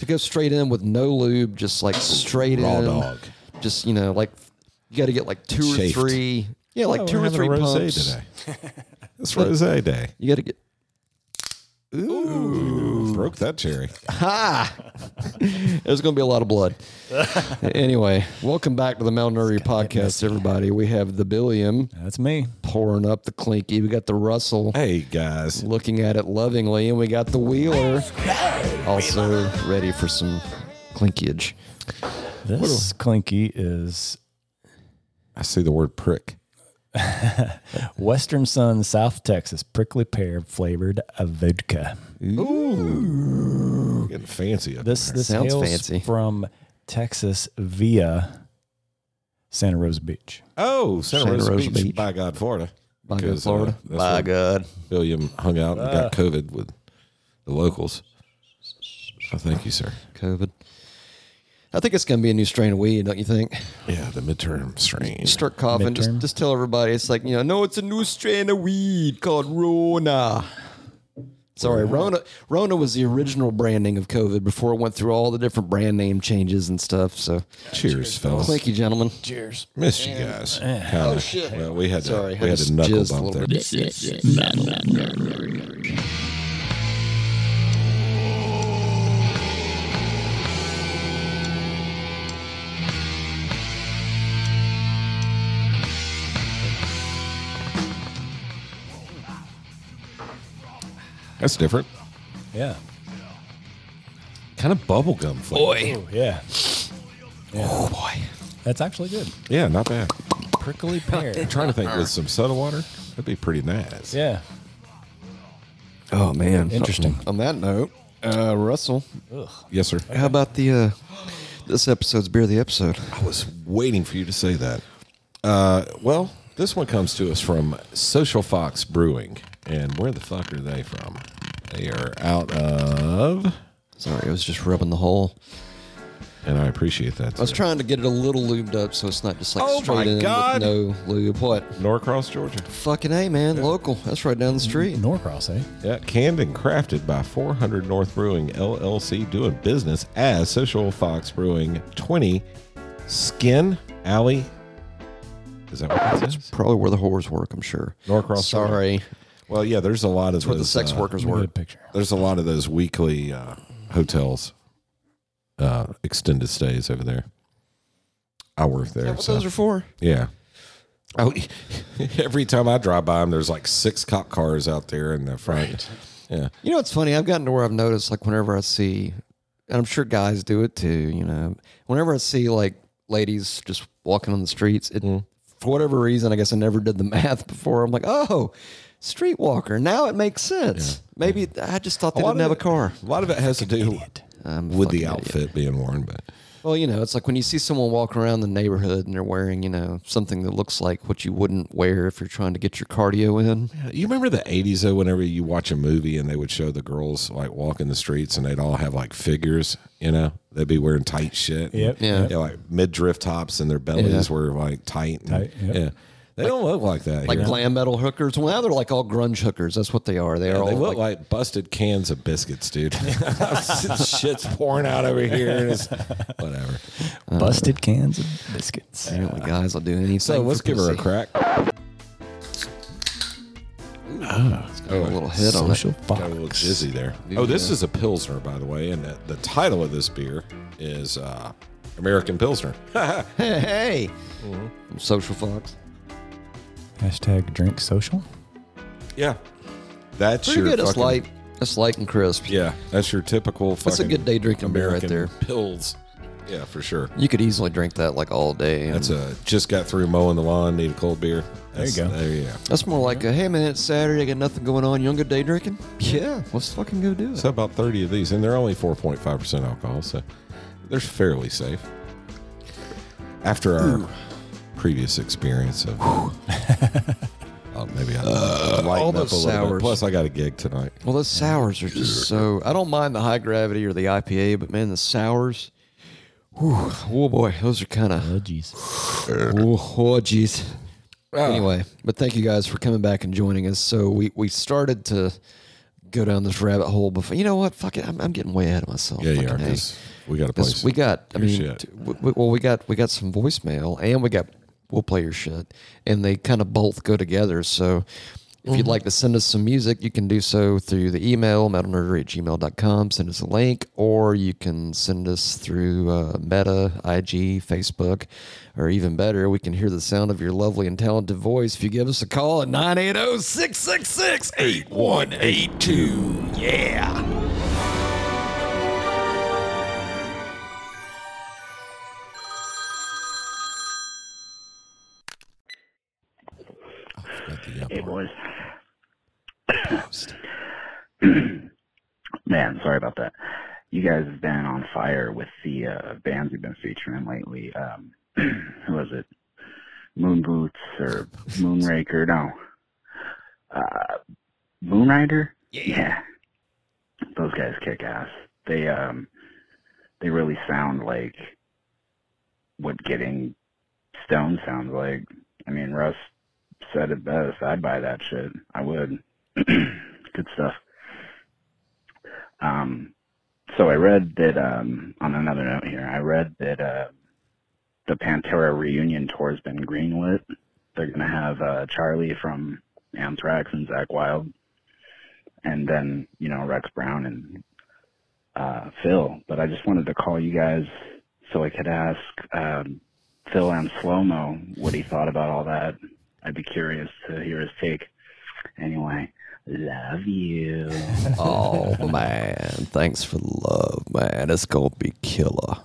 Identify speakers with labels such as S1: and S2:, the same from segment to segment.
S1: to go straight in with no lube, just like straight
S2: Raw
S1: in,
S2: dog.
S1: just you know, like you got to get like two
S2: Chafed.
S1: or three, yeah, like
S2: Oh,
S1: two
S2: we're
S1: or
S2: having
S1: three
S2: a
S1: pumps.
S2: rosé today. It's rosé day.
S1: You got to get
S2: Broke that cherry.
S1: There's going to be a lot of blood. anyway, welcome back to the Malnoury podcast, everybody. We have the Billiam
S3: That's me.
S1: pouring up the clinky. We got the Russell
S2: Hey guys,
S1: looking at it lovingly, and we got the Wheeler also ready for some clinkage.
S3: This clinky is
S2: I see the word prick.
S3: Western Sun South Texas prickly pear flavored vodka.
S2: Getting fancy. Up
S3: This
S2: in
S3: this
S1: Sounds
S3: hails
S1: fancy.
S3: from Texas via Santa Rosa Beach.
S2: there. oh Santa,
S1: Santa
S2: Rosa,
S1: Rosa
S2: Beach,
S1: Beach.
S2: By God, Florida.
S1: By God,
S2: Because, uh,
S1: Florida.
S2: that's
S1: By
S2: where
S1: God.
S2: William hung out and got COVID with the locals. Oh, thank you, sir.
S1: COVID. I think it's going to be a new strain of weed, don't you think?
S2: Yeah, the midterm strain.
S1: Start coughing. Just,
S3: Midterm.
S1: just tell everybody. It's like, you know, no, it's a new strain of weed called Rona. Sorry, Rona. Rona was the original branding of COVID before it went through all the different brand name changes and stuff. So,
S2: Cheers, fellas.
S1: thank you, gentlemen.
S3: Cheers.
S2: Missed you guys. Oh shit. Well, we had to,
S1: Sorry,
S2: we
S1: I
S2: had
S1: just
S2: to knuckle
S1: jizzed a
S2: bump
S1: little
S2: there.
S1: bit.
S2: That's different.
S3: Yeah.
S2: Kind of bubblegum
S1: Boy.
S2: flavor.
S3: Oh yeah.
S1: Oh, boy.
S3: That's actually good.
S2: Yeah, not bad.
S3: Prickly pear.
S2: Trying to think with some soda water, that'd be pretty nice.
S3: yeah.
S1: Oh, man.
S3: Interesting.
S1: On that note, uh, Russell,
S2: Yes, sir.
S1: how about the uh, this episode's beer of the episode?
S2: I was waiting for you to say that. Uh, well, this one comes to us from Social Fox Brewing. And where the fuck are they from? They are out of,
S1: Sorry, I was just rubbing the hole.
S2: and I appreciate that.
S1: I was trying to get it a little lubed up so it's not just like
S2: Oh, my
S1: straight in with
S2: God.
S1: no lube. What?
S2: Norcross, Georgia.
S1: Fucking A, man. Local. That's right down the street.
S3: Norcross, eh?
S2: Yeah, canned and crafted by 400 North Brewing LLC, doing business as Social Fox Brewing 20 Skin Alley. Is that what it says?
S1: Probably where the whores work, I'm sure.
S2: Norcross.
S1: Sorry.
S2: Well, yeah, there's a lot of
S1: Where the
S2: those,
S1: sex
S2: uh,
S1: workers
S3: Let me get a
S1: work.
S3: picture.
S2: There's a lot of those weekly uh, hotels, uh, extended stays over there. I work there.
S1: What
S2: so-
S1: those are for?
S2: Yeah. Oh, every time I drive by them, there's like six cop cars out there in the front. Yeah.
S1: You know, it's funny. I've gotten to where I've noticed, like, whenever I see, and I'm sure guys do it too, you know, whenever I see, like, ladies just walking on the streets, it, Mm. for whatever reason, I guess I never did the math before. I'm like, oh, streetwalker. Now it makes sense. Maybe I just thought they
S2: lot
S1: didn't
S2: of
S1: have a
S2: it-
S1: car.
S2: A lot of it has to do
S1: I'm a
S2: with the
S1: fucking idiot.
S2: outfit being worn, but
S1: Well, you know, it's like when you see someone walking around the neighborhood and they're wearing, you know, something that looks like what you wouldn't wear if you're trying to get your cardio in.
S2: you remember the '80s though. Whenever you watch a movie and they would show the girls like walking the streets and they'd all have like figures, you know, they'd be wearing tight shit. and-
S3: Yep.
S1: Yeah.
S2: yeah, like mid drift tops and their bellies
S1: Yeah.
S2: were like tight. and-
S3: Tight, yep.
S2: Yeah, they don't look like that.
S1: Like
S2: here.
S1: glam metal hookers. Well, now they're like all grunge hookers. That's what they are. They are
S2: they
S1: all
S2: look
S1: like,
S2: like, busted cans of biscuits, dude. Shit's pouring out over here. And it's, whatever.
S1: Uh-huh.
S3: Busted cans of biscuits.
S1: apparently guys will do anything.
S2: So let's
S1: for
S2: give her a
S1: pussy.
S2: crack.
S1: It's got a little hit on it.
S3: Social
S2: Got a little
S3: fox.
S2: jizzy there. Oh, this is a Pilsner, by the way, and the, the title of this beer is uh, American Pilsner.
S1: Hey, hey.
S2: Mm-hmm.
S1: I'm social fox.
S3: Hashtag drink social.
S2: yeah. That's
S1: Pretty
S2: your
S1: good. It's
S2: fucking-
S1: light. It's light and crisp.
S2: Yeah, that's your typical fucking
S1: That's a good day drinking beer right
S2: American
S1: there.
S2: Pills. Yeah, for sure.
S1: You could easily drink that like all day.
S2: That's a just got through mowing the lawn, need a cold beer. That's,
S3: you go.
S2: There you go.
S1: That's more like a hey man, it's Saturday, I got nothing going on. You want to go day drinking? Yeah, let's fucking go do it.
S2: So about 30 of these, and they're only 4.5% alcohol, so they're fairly safe. After our previous experience of. Oh, maybe I
S1: Uh,
S2: lighten
S1: all
S2: up
S1: those
S2: a little bit.
S1: sours.
S2: Plus, I got a gig tonight.
S1: Well, those sours are just so. I don't mind the high gravity or the IPA, but man, the sours. Whew, oh boy, those are kind of.
S3: Oh jeez.
S1: Oh jeez.
S2: Ah.
S1: Anyway, but thank you guys for coming back and joining us. So we we started to go down this rabbit hole before. You know what? Fuck it. I'm, I'm getting way ahead of myself.
S2: Yeah, you are.
S1: Fucking A.
S2: 'cause we got a
S1: Because
S2: place.
S1: we got, I
S2: Your
S1: mean,
S2: shit.
S1: t- w- w- well, we got we got some voicemail, and we got we'll play your shit, and they kind of both go together. So, if
S2: Mm-hmm.
S1: you'd like to send us some music, you can do so through the email metalnerdery at gmail.com. Send us a link, or you can send us through uh, Meta, IG, Facebook, or even better, we can hear the sound of your lovely and talented voice if you give us a call at oh, 980 666 8182. Yeah.
S2: Got the, yeah,
S4: Hey,
S2: part.
S4: boys. Man, sorry about that. You guys have been on fire with the uh, bands you've been featuring lately. Um, who was it? Moon Boots or Moonraker? No. Uh, Moonrider? Yeah. Those guys kick ass. They um, they really sound like what getting Stone sounds like. I mean, Russ said it best. I'd buy that shit. I would. Good stuff. Um, so I read that um, on another note here, I read that uh, the Pantera reunion tour has been greenlit. They're gonna have uh, Charlie from Anthrax and Zach Wild, and then you know Rex Brown and uh, Phil. But I just wanted to call you guys so I could ask um, Phil and Slow Mo what he thought about all that. I'd be curious to hear his take. Anyway, love you.
S1: Oh man, thanks for the love, man. It's gonna be killer.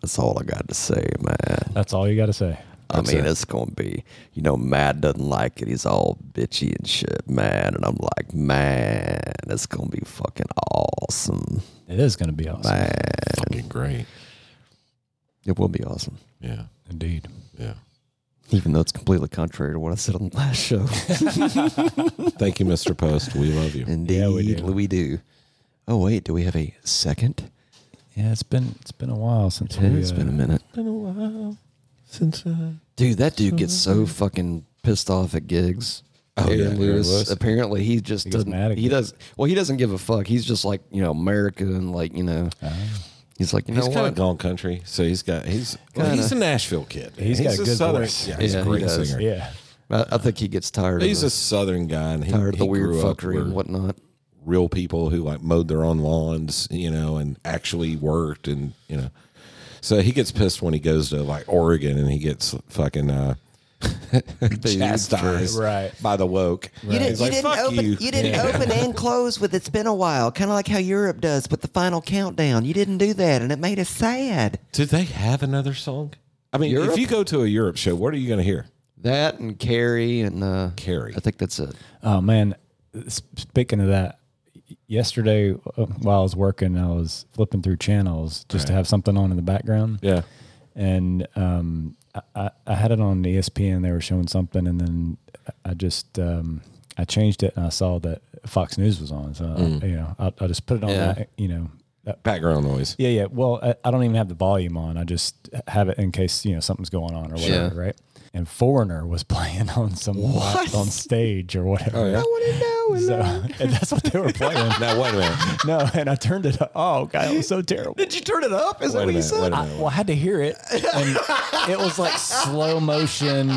S1: That's all I got to say, man.
S3: That's all you got to say.
S1: I mean, it's gonna be, you know, Matt doesn't like it. He's all bitchy and shit, man. And I'm like, man, it's gonna be fucking awesome,
S3: It is going to be awesome.
S1: man.
S2: fucking great.
S1: It will be awesome,
S2: Yeah,
S3: Indeed.
S2: yeah.
S1: even though it's completely contrary to what I said on the last show.
S2: Thank you, Mr. Post. We love you.
S1: Indeed,
S3: Yeah, we
S1: we,
S3: do.
S1: do. Oh wait, do we have a second?
S3: Yeah, it's been it's been a while since we.
S1: it's
S3: uh,
S1: been a minute.
S2: Been a while since. Uh,
S1: Dude, that dude gets so fucking pissed off at gigs.
S2: Oh, yeah,
S1: Aaron
S2: Aaron
S1: Lewis.
S2: Lewis.
S1: Apparently, he just
S3: gets
S1: doesn't.
S3: mad at
S1: he
S3: gigs.
S1: does. Well, he doesn't give a fuck. He's just like you know America and like you know. He's like you know
S2: Ah. he's kind of
S1: what?
S2: gone country, so he's got he's well,
S1: Kinda.
S2: he's a Nashville kid.
S3: He's got a good
S2: southern,
S3: voice.
S2: Yeah, he's
S1: Yeah,
S2: a
S1: he
S2: great
S1: does.
S2: singer.
S3: uh, Yeah.
S1: I, I think he gets tired.
S2: He's a
S1: of
S2: southern guy, and he,
S1: the, tired of the
S2: he
S1: weird
S2: grew up
S1: fuckery and
S2: where
S1: whatnot.
S2: real people who like mowed their own lawns, you know, and actually worked, and you know. So he gets pissed when he goes to like Oregon, and he gets fucking uh, chastised
S3: Right.
S2: by the woke.
S5: You didn't,
S2: He's
S5: you
S2: like,
S5: didn't
S2: "Fuck
S5: open. You, didn't open and close with "It's been a while," kind of like how Europe does with the final countdown. You didn't do that, and it made us sad.
S2: Do they have another song? I mean, if
S1: Europe?
S2: you go to a Europe show, what are you going to hear?
S1: That and Carrie and uh,
S2: Carrie.
S1: I think that's it.
S3: Oh man, S- speaking of that, y- yesterday uh, while I was working, I was flipping through channels just to have something on in the background,
S2: Yeah,
S3: and um, I- I, I had it on E ESPN. They were showing something, and then I just um, I changed it, and I saw that Fox News was on. So I, you know, I, I just put it on.
S1: Yeah.
S3: That, you know. that-
S2: background noise.
S3: yeah, yeah. Well, I, I don't even have the volume on. I just have it in case you know something's going on or whatever, right? And Foreigner was playing on some on stage or whatever.
S2: Oh, yeah?
S3: So, and that's what they were playing.
S2: Now wait a minute.
S3: no, and I turned it up. Oh, God, it was so terrible.
S1: Did you turn it up? Is
S2: Wait a minute. Wait a
S3: I,
S2: minute.
S3: well, I had to hear it. And it was like slow motion.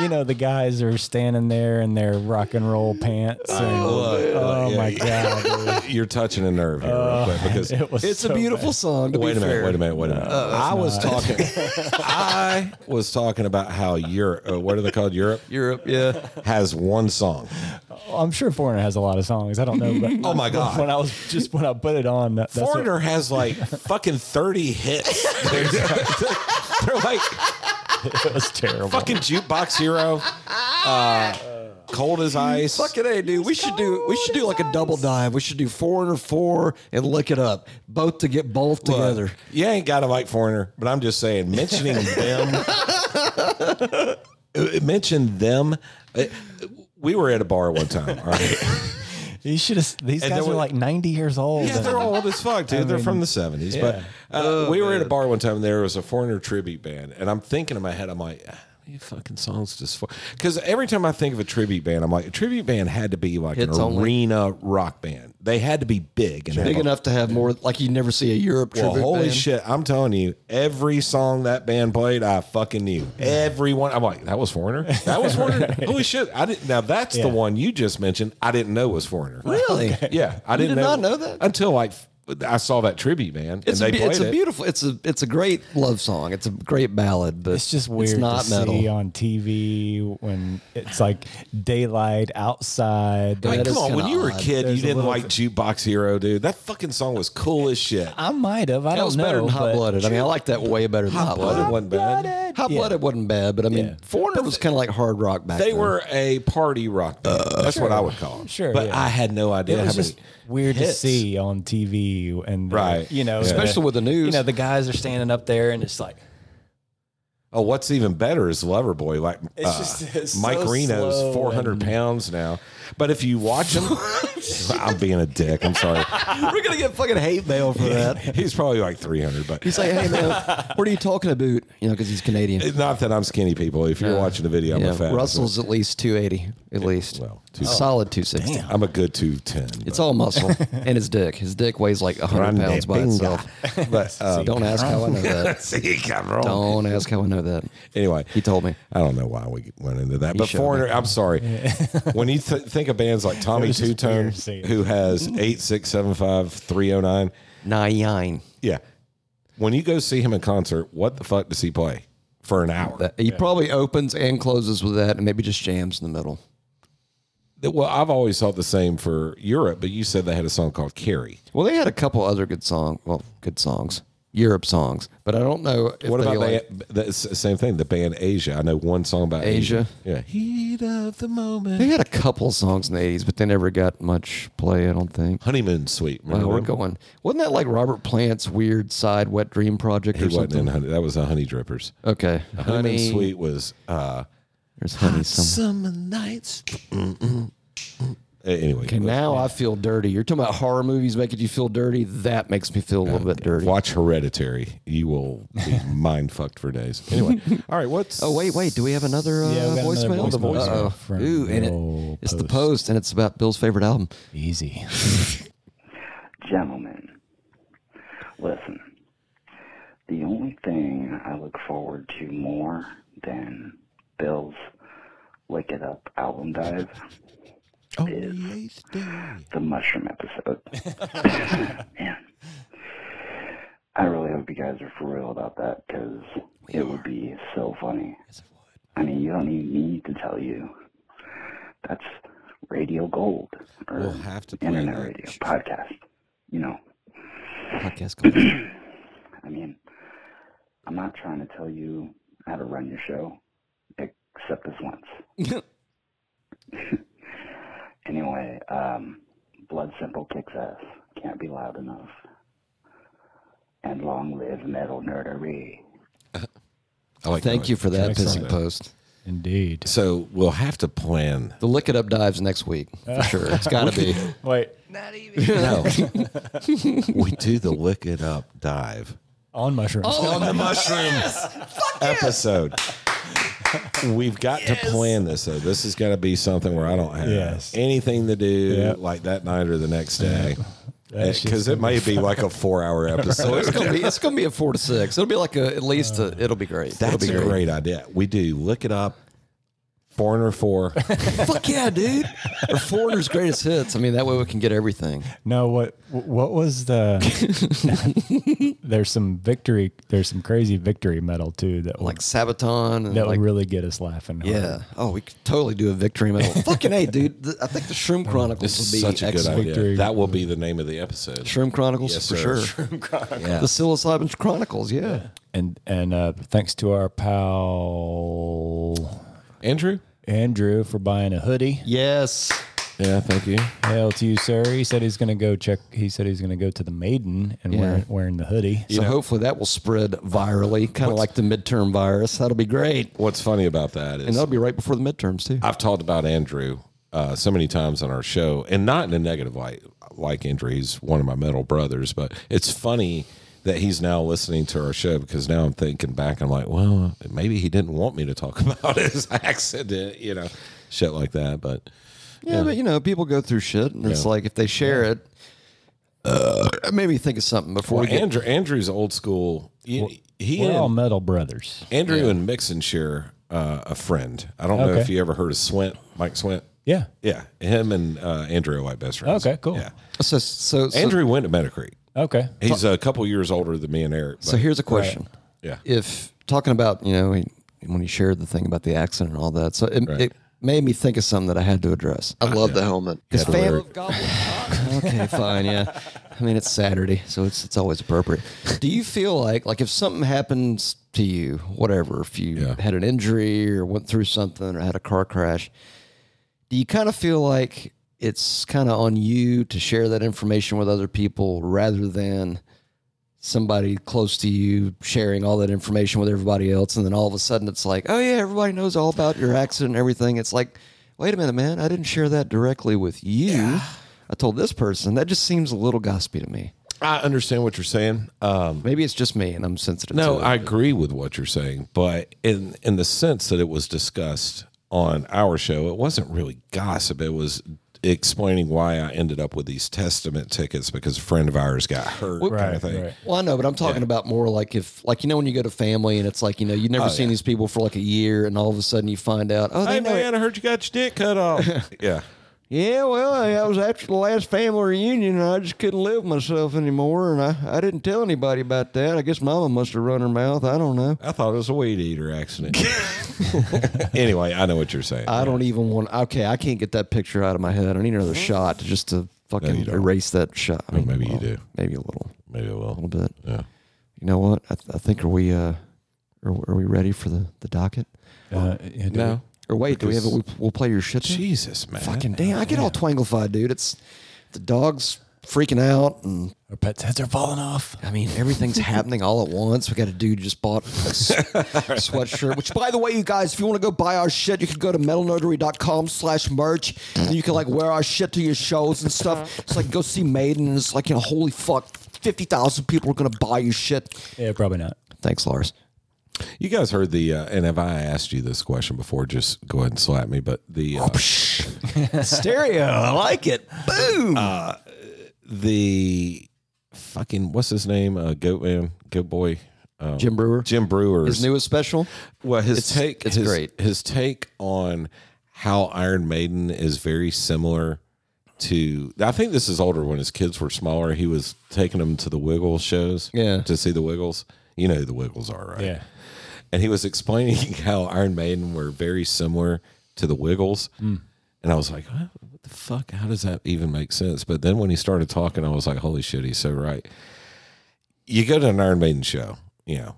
S3: You know, the guys are standing there in their rock and roll pants. And,
S2: look,
S3: oh,
S2: look,
S3: my
S2: yeah,
S3: God. dude.
S2: You're touching a nerve here, real quick, because
S3: It was
S1: It's
S3: so
S1: a beautiful
S3: bad.
S1: song. To
S2: wait
S1: be
S2: a minute,
S1: Uh, fair. Uh,
S2: wait a minute, wait a minute. I was talking. I was talking about how Europe. Uh, what are they called? Europe
S1: Europe, yeah.
S2: has one song.
S3: I'm sure Foreigner has a lot of songs. I don't know. But
S2: Oh, my God.
S3: When I was just, when I put it on, that, that's what-
S2: Foreigner has like fucking thirty hits. They're, they're like
S3: it was terrible.
S2: fucking jukebox hero. uh, cold as ice.
S1: Fucking a dude, we should do we should do like a double dive. We should do four and four and lick it up, both to get both together.
S2: You ain't got to like Foreigner, but I'm just saying, mentioning them, Uh, mention them. uh, We were at a bar one time. All right.
S3: You should have, these
S2: And
S3: guys
S2: there
S3: were
S2: were-
S3: like 90 years old.
S2: Yeah, they're old as fuck, dude. they're from the
S1: Uh,
S2: seventies. But uh, we were at a bar one time. and There was a foreigner tribute band, and I'm thinking in my head, I'm like, many fucking songs just because every time I think of a tribute band, I'm like, a tribute band had to be like
S1: Hits
S2: an
S1: only.
S2: arena rock band. They had to be big and
S1: Big
S2: have a-
S1: enough to have more, like you never see a Europe
S2: Well,
S1: tribute
S2: holy
S1: band.
S2: shit! I'm telling you, every song that band played, I fucking knew. Everyone, I'm like, that was Foreigner. That was Foreigner. holy shit! I didn't. Now that's the one you just mentioned. I didn't know was Foreigner.
S1: Really?
S2: Yeah, I didn't
S1: did
S2: know,
S1: not know that?
S2: until like I saw that tribute band
S1: It's,
S2: and
S1: a, be-
S2: they played
S1: it's a
S2: it.
S1: beautiful. It's a it's a great love song. It's a great ballad, but
S3: It's just weird
S1: It's not
S3: to
S1: metal.
S3: see on TV when it's like daylight outside.
S2: I mean,
S1: That is
S2: come on, when
S1: kinda
S2: you were a
S1: odd.
S2: kid,
S3: There's
S2: you
S3: a
S2: didn't
S3: little
S2: like Jukebox Hero, dude. That fucking song was cool as shit.
S3: I might have. I
S1: That
S3: don't
S1: was
S3: know.
S1: better than Hot
S3: but-
S1: Blooded. I mean, I like that way better than Hot
S2: Blooded
S1: Blooded.
S2: wasn't bad.
S1: Hot Blooded wasn't bad, but I mean,
S3: Yeah.
S1: Foreigner was kind of like hard rock back
S2: They
S1: then.
S2: were a party rock band.
S1: Uh,
S2: That's what I would call them.
S3: Sure,
S2: but
S3: yeah.
S2: I had no idea
S3: It
S2: how
S3: was
S2: many.
S3: just weird to
S2: hits.
S3: see on TV and the-
S2: Right.
S3: you know,
S2: Yeah.
S1: Especially with the news.
S3: You know, the guys are standing up there and it's like
S2: Oh, what's even better is Loverboy. Like
S3: It's
S2: uh,
S3: just- it's
S2: Mike
S3: so
S2: Reno's
S3: slow
S2: four hundred
S3: and-
S2: pounds now. But if you watch him, I'm being a dick. I'm sorry.
S1: we're gonna get fucking hate mail for that.
S2: He's probably like three hundred. But
S1: He's like, hey man, what are you talking about? You know, because he's Canadian.
S2: it's not that I'm skinny, people. If you're
S1: Yeah.
S2: watching the video, I'm a fat.
S1: Russell's at least 280, at least.
S2: well, two-
S1: solid 260.
S2: I'm a good two ten.
S1: It's all muscle and his dick. His dick weighs like 100 pounds by itself.
S2: But uh,
S1: Don't ask how I know that.
S2: see, I'm wrong.
S1: Don't ask how I know that.
S2: Anyway,
S1: He told me.
S2: I don't know why we went into that, but
S1: showed
S2: Foreigner. I'm sorry. when you th- think of bands like Tommy
S3: was just
S2: Two Tone,
S3: weird seeing it.
S2: who has eight six seven five three zero nine,
S1: Nine.
S2: yeah. When you go see him in concert, what the fuck does he play for an hour?
S1: That, he probably opens and closes with that and maybe just jams in the middle.
S2: well, I've always thought the same for Europe, but you said they had a song called "Carrie."
S1: Well, they had a couple other good song, well, good songs, Europe songs, but I don't know if
S2: What
S1: they
S2: about
S1: like,
S2: the, the s- same thing? The band Asia. I know one song about Asia.
S1: Asia?
S2: Yeah, heat of the
S1: They
S2: moment,
S1: had a couple songs in the 80s, but they never got much play, I don't think.
S2: honeymoon suite.
S1: Wow,
S2: Remember
S1: we're
S2: them?
S1: going. Wasn't that like Robert Plant's weird side wet dream project
S2: He
S1: or
S2: wasn't in
S1: something?
S2: honey. That was the Honey Drippers.
S1: Okay.
S2: Honeymoon
S1: Honey.
S2: suite was. uh
S1: There's honey somewhere.
S2: Summer nights. Anyway,
S1: Okay, now I feel dirty. You're talking about horror movies making you feel dirty. That makes me feel a little bit dirty.
S2: watch Hereditary. You will be mind fucked for days. Anyway, all right. What's
S1: Oh wait, wait. Do we have another uh,
S3: Yeah, we got another
S1: voicemail?
S3: voicemail
S1: Uh-oh.
S3: from
S1: Ooh, and
S3: Bill
S1: it, it's the
S3: Post.
S1: post, and it's about Bill's favorite album.
S3: easy.
S4: Gentlemen, listen. The only thing I look forward to more than Bill's Lick It Up album dive
S2: Oh,
S4: is the mushroom episode. Man. I really hope you guys are for real about that because it would be so funny. I mean, you don't even need to tell you. That's radio gold or
S2: We'll have to play
S4: internet
S2: that.
S4: radio podcast. You know,
S1: Podcast called
S4: I mean, I'm not trying to tell you how to run your show, except this once. anyway, um, Blood Simple kicks ass. Can't be loud enough. And long live metal nerdery.
S2: I like
S1: Thank
S2: that.
S1: you for that
S3: Excellent.
S1: pissing post.
S3: Indeed.
S2: So we'll have to plan.
S1: The lick it up dives next week for sure. It's got to be.
S3: Wait,
S2: No, we do the lick it up dive
S3: on mushrooms.
S1: Oh!
S2: on the mushroom episode. We've got to plan this though. This is going to be something where I don't have
S3: Yes.
S2: anything to do
S3: Yep.
S2: like that night or the next day
S3: That shit's
S2: because it may be like a four-hour episode.
S1: It's gonna be. It's gonna be a four to six. It'll be like a at least. A, it'll be great. It'll
S2: That's
S1: be
S2: a great. idea. We do look it up. Foreigner four.
S1: Fuck yeah, dude. Or Foreigner's greatest hits. I mean, that way we can get everything.
S3: No, what what was the? there's some victory. There's some crazy victory metal too that
S1: Like Sabaton and
S3: that
S1: like
S3: would really get us laughing. hard.
S1: Yeah. Oh, we could totally do a victory medal. Fucking hey, dude. Th- I think the Shroom Chronicles
S2: This
S1: would be
S2: is such a good
S1: excellent.
S2: idea.
S3: Victory.
S2: That will be the name of the episode.
S1: Shroom Chronicles
S2: Yes,
S1: for
S2: sir.
S1: sure. The psilocybin chronicles, yeah.
S3: and and uh, thanks to our pal
S2: Andrew.
S3: Andrew for buying a hoodie.
S1: Yes.
S2: Yeah, thank you.
S3: Hail to you, sir. He said he's going to go check. He said he's going to go to the maiden and
S1: Yeah.
S3: wearing, wearing the hoodie.
S1: So hopefully that will spread virally, kind of like the midterm virus. That'll be great,
S2: What's funny about that
S1: and
S2: is
S1: that'll be right before the midterms too.
S2: I've talked about Andrew uh, so many times on our show, and not in a negative light. Like Andrew, he's one of my metal brothers, but it's funny that he's now listening to our show because now I'm thinking back. I'm like, well, maybe he didn't want me to talk about his accident, you know, shit like that. But
S1: Yeah, but you know, people go through shit, and it's
S2: Yeah.
S1: like if they share it, uh, maybe think of something before
S2: well,
S1: we get.
S2: Andrew, Andrew's old school. He, he
S3: We're
S2: and-
S3: all metal brothers.
S2: Andrew and Mixon share uh, a friend. I don't know
S3: Okay.
S2: if you ever heard of Swint, Mike Swint.
S3: Yeah.
S2: Yeah, him and uh, Andrew are like best friends.
S3: Okay, cool.
S2: Yeah,
S1: So, so, so,
S2: Andrew went to Meadow Creek.
S3: Okay.
S2: He's a couple years older than me and Eric. But
S1: so here's a question:
S2: yeah,
S1: If talking about you know he, when he shared the thing about the accident and all that, so it,
S2: Right.
S1: it made me think of something that I had to address.
S5: I love the helmet.
S1: His
S2: to wear
S1: family
S2: it.
S1: of goblin cocks. okay, fine, yeah. I mean, it's Saturday, so it's it's always appropriate. Do you feel like like if something happens to you, whatever, if you
S2: Yeah.
S1: had an injury or went through something or had a car crash, do you kind of feel like it's kind of on you to share that information with other people rather than somebody close to you sharing all that information with everybody else and then all of a sudden it's like oh yeah everybody knows all about your accident and everything it's like wait a minute man i didn't share that directly with you i told this person that just seems a little gossipy to me
S2: I understand what you're saying. Um,
S1: maybe it's just me and i'm sensitive
S2: no,
S1: to it.
S2: I agree with what you're saying, but in in the sense that it was discussed on our show, it wasn't really gossip. It was explaining why I ended up with these testament tickets because a friend of ours got hurt, kind of thing.
S1: well i know but i'm talking about more like if like you know when you go to family and it's like you know you've never seen these people for like a year and all of a sudden you find out oh they
S2: Oh, Hey
S1: know
S2: man, I heard you got your dick cut off. yeah.
S1: Yeah, well, I I was after the last family reunion, and I just couldn't live with myself anymore, and I, I didn't tell anybody about that. I guess Mama must have run her mouth. I don't know.
S2: I thought it was a weed eater accident. anyway, I know what you're saying.
S1: I don't even want. Okay, I can't get that picture out of my head. I need
S2: Mm-hmm.
S1: another shot to- just to fucking erase that shot. I mean,
S2: maybe you do.
S1: Maybe a little,
S2: Maybe it
S1: a
S2: will.
S1: little bit.
S2: Yeah.
S1: You know what? I, th- I think are we uh, are, are we ready for the the docket?
S3: Uh, yeah, do
S2: No.
S1: Or wait, do we have? A, we'll, we'll play your shit. then?
S2: Jesus, man.
S1: Fucking damn! I get all twanglified, dude. It's the dogs freaking out and
S3: we- Our pet's heads are falling off.
S1: I mean, everything's happening all at once. We got a dude who just bought a s- sweatshirt, which, by the way, you guys, if you want to go buy our shit, you can go to metalnotary.com slash merch and you can like wear our shit to your shows and stuff. It's like go see Maiden and it's like, you know, holy fuck, 50,000 people are going to buy your shit.
S3: Yeah, probably not.
S1: Thanks, Lars.
S2: You guys heard the, uh, and if I asked you this question before, just go ahead and slap me. But the uh,
S1: Stereo, I like it. Boom.
S2: the fucking what's his name? Uh, Goat man, Goat boy, um,
S1: Jim Brewer.
S2: Jim Brewer.
S1: His newest special.
S2: well, his
S1: it's-
S2: take.
S1: it's
S2: his,
S1: great.
S2: His take on how Iron Maiden is very similar to. I think this is older when his kids were smaller. He was taking them to the Wiggle shows.
S1: Yeah.
S2: To see the Wiggles. You know who the Wiggles are, right?
S3: Yeah.
S2: and he was explaining how Iron Maiden were very similar to the Wiggles.
S1: Hmm.
S2: And I was like, what the fuck? How does that even make sense? But then when he started talking, I was like, holy shit, he's so right. You go to an Iron Maiden show, you know,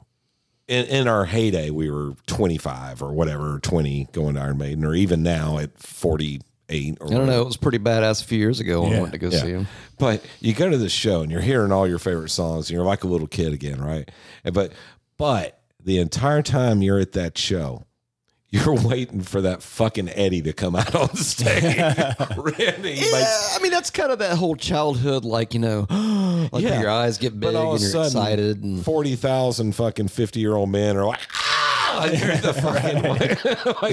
S2: in, in our heyday, we were 25 or whatever, 20 going to Iron Maiden, or even now at 48 or
S1: I don't know. It was pretty badass a few years ago when I
S3: Yeah.
S1: went to go see him.
S2: but you go to the show and you're hearing all your favorite songs and you're like a little kid again, right? But but the entire time you're at that show, you're waiting for that fucking Eddie to come out on stage. Randy makes-
S1: Yeah, I mean that's kind of that whole childhood, like you know, like
S2: Yeah.
S1: when your eyes get big
S2: but all
S1: and
S2: of a
S1: you're
S2: sudden,
S1: excited, and
S2: forty thousand fucking fifty year old men are like, ah, and you're at the fucking like,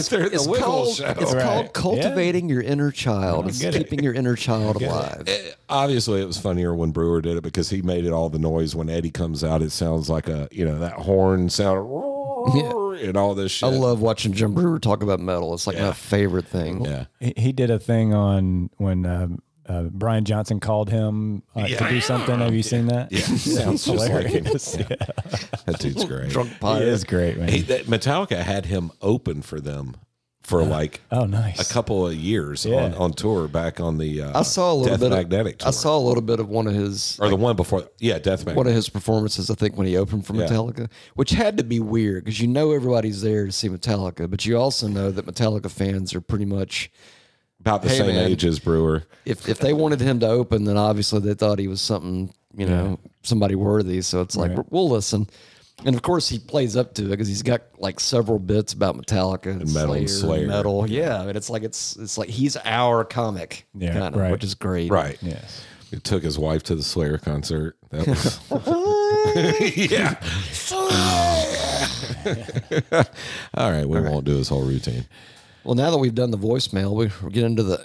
S2: they're at the
S1: it's
S2: Wiggle
S1: called
S2: show.
S1: it's
S3: Right.
S1: called cultivating your inner child. It's
S3: get it.
S1: keeping your inner child alive.
S2: Eh, obviously it was funnier when Brewer did it because he made it all the noise. When Eddie comes out, it sounds like a you know that horn sound and all this shit.
S1: I love watching Jim Brewer talk about metal. It's like
S2: Yeah.
S1: my favorite thing.
S2: yeah.
S3: He, he did a thing on when um, uh, Brian Johnson called him uh, to do something. Have you seen that? Yeah.
S2: Sounds
S3: Hilarious. yeah.
S2: That dude's great.
S1: Drunk
S3: It
S1: pirate.
S3: is great, man.
S2: He, that Metallica had him open for them for like
S3: oh,
S2: a
S3: nice.
S2: couple of years
S3: Yeah.
S2: on, on tour back on the uh,
S1: I saw a little
S2: Death
S1: bit.
S2: Magnetic
S1: Of,
S2: tour.
S1: I saw a little bit of one of his
S2: or the one before yeah Death
S1: one of
S2: Magnetic.
S1: his performances, I think, when he opened for
S2: Yeah.
S1: Metallica, which had to be weird because you know everybody's there to see Metallica, but you also know that Metallica fans are pretty much
S2: About the
S1: Hey,
S2: same
S1: man.
S2: age as Brewer.
S1: if if they wanted him to open, then obviously they thought he was something, you know, somebody worthy. So it's like we'll listen. And of course, he plays up to it because he's got like several bits about Metallica and, Slayer,
S2: metal and
S1: and
S2: Slayer.
S1: metal. Yeah, I mean, it's like it's it's like he's our comic,
S3: Yeah,
S1: kinda,
S3: right.
S1: which is great.
S2: Right.
S3: yes.
S2: He took his wife to the Slayer concert. That was yeah. All right, we won't do his whole routine.
S1: Well, now that we've done the voicemail, we we get into the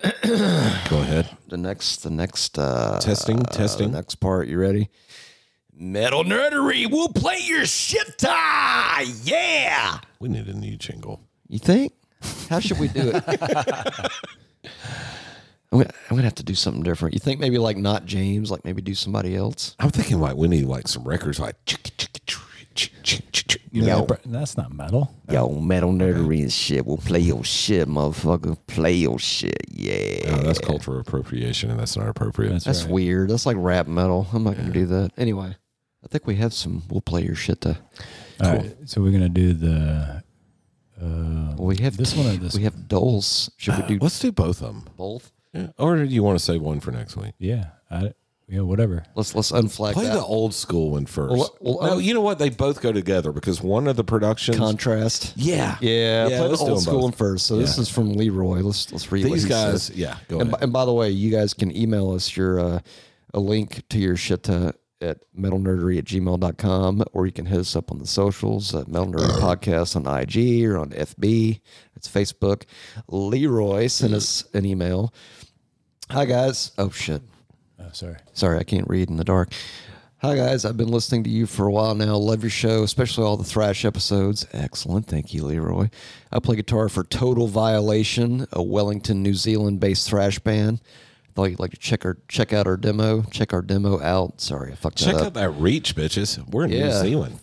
S2: Go ahead.
S1: the next the next uh
S2: Testing, testing.
S1: the next part. You ready? Metal nerdery. We'll play your shit. ah, Yeah.
S2: We need a new jingle.
S1: You think? How should we do it? I'm gonna, I'm gonna have to do something different. You think maybe like not James, like maybe do somebody else?
S2: I'm thinking like we need like some records like chick, chick, chick, chick, chick, chick, you
S1: Yeah.
S2: know.
S1: No.
S3: That's not metal.
S1: Yo, metal nerdery and shit. We'll play your shit, motherfucker. Play your shit. Yeah.
S2: No, Uh, that's cultural appropriation, and that's not appropriate.
S1: That's weird. That's like rap metal. I'm not gonna do that. Anyway, I think we have some. We'll play your shit though.
S3: All right, so we're gonna do the.
S1: We have
S3: This one or this
S1: We have Dulce. Should we do
S2: Let's do both of them.
S1: both?
S2: Yeah. Or do you want to save one for next week?
S3: Yeah, I, yeah, whatever.
S1: Let's let's unflag
S2: Play
S1: that.
S2: the old school one first.
S1: Well, well,
S2: no,
S1: um,
S2: you know what? They both go together because one of the productions.
S1: contrast.
S2: yeah,
S1: Yeah, play the
S2: let's do
S1: old
S2: them
S1: school
S2: both.
S1: one first. So this
S2: Yeah.
S1: is from Leroy. Let's let's read what
S2: These
S1: he
S2: guys,
S1: said.
S2: yeah. Go
S1: And,
S2: ahead.
S1: b- and by the way, you guys can email us your uh, a link to your shit to at metalnerdery at gmail.com or you can hit us up on the socials at metal nerdery podcast on IG or on FB. It's Facebook. Leroy sent us an email. Hi guys. Oh shit.
S3: Oh, sorry.
S1: Sorry, I can't read in the dark. Hi, guys. I've been listening to you for a while now. Love your show, especially all the Thrash episodes. Excellent. Thank you, Leroy. I play guitar for Total Violation, a Wellington, New Zealand based thrash band. Thought you'd like to check our check out our demo. Check our demo out. Sorry, I fucked
S2: Check
S1: that up.
S2: out that reach, bitches. We're in New
S1: Yeah.
S2: Zealand.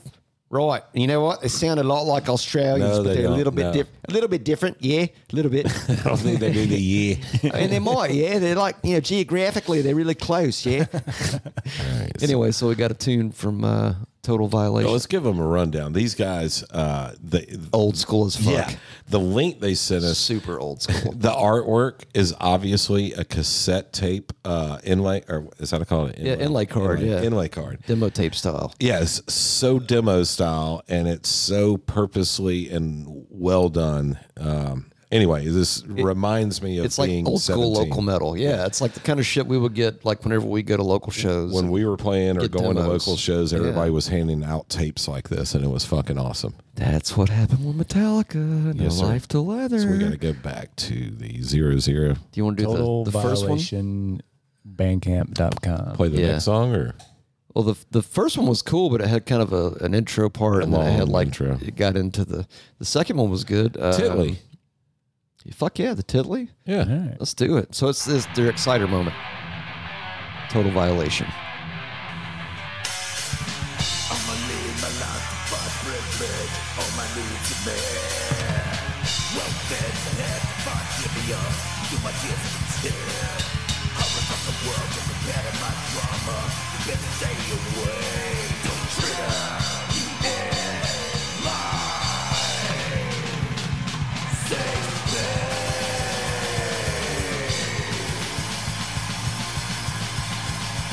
S1: Right. You know what? They sound a lot like Australians,
S2: No,
S1: but
S2: they
S1: they're a
S2: don't.
S1: little bit
S2: No.
S1: diff- a little bit different. Yeah, a little bit.
S2: I don't think they do the year.
S1: and they might, yeah. They're like, you know, geographically, they're really close, yeah. anyway, so we got a tune from uh, Total Violation.
S2: So let's give them a rundown. These guys, uh, they,
S1: old school as Oh, fuck.
S2: yeah, the link they sent us
S1: Super old school.
S2: The artwork is obviously a cassette tape uh, inlay, or is that what I call it?
S1: Yeah, inlay card,
S2: Inlay,
S1: yeah.
S2: inlay card.
S1: Demo tape style.
S2: Yes, so demo style, and it's so purposely and well done. Um, anyway, this reminds me of
S1: It's like
S2: being
S1: old school
S2: 17.
S1: local metal. Yeah, it's like the kind of shit we would get like whenever we go to local shows.
S2: When we were playing or
S1: Get
S2: going to
S1: demos.
S2: local shows, everybody was handing out tapes like this, and it was fucking awesome.
S1: That's what happened with Metallica. No
S2: Yes, sir.
S1: life to leather.
S2: So we got to go back to the zero zero.
S1: do you want to do
S3: Total
S1: the, the first one?
S3: violation. Bandcamp.com.
S2: Play the
S1: Yeah.
S2: next song, or
S1: Well, the the first one was cool, but it had kind of a, an intro part, and then it had
S2: long
S1: like
S2: intro.
S1: it got into the the second one was good. Um,
S2: Tiddly.
S1: fuck yeah, the tiddly.
S2: yeah.
S3: All right.
S1: Let's do it. So it's this their exciter moment. Total violation.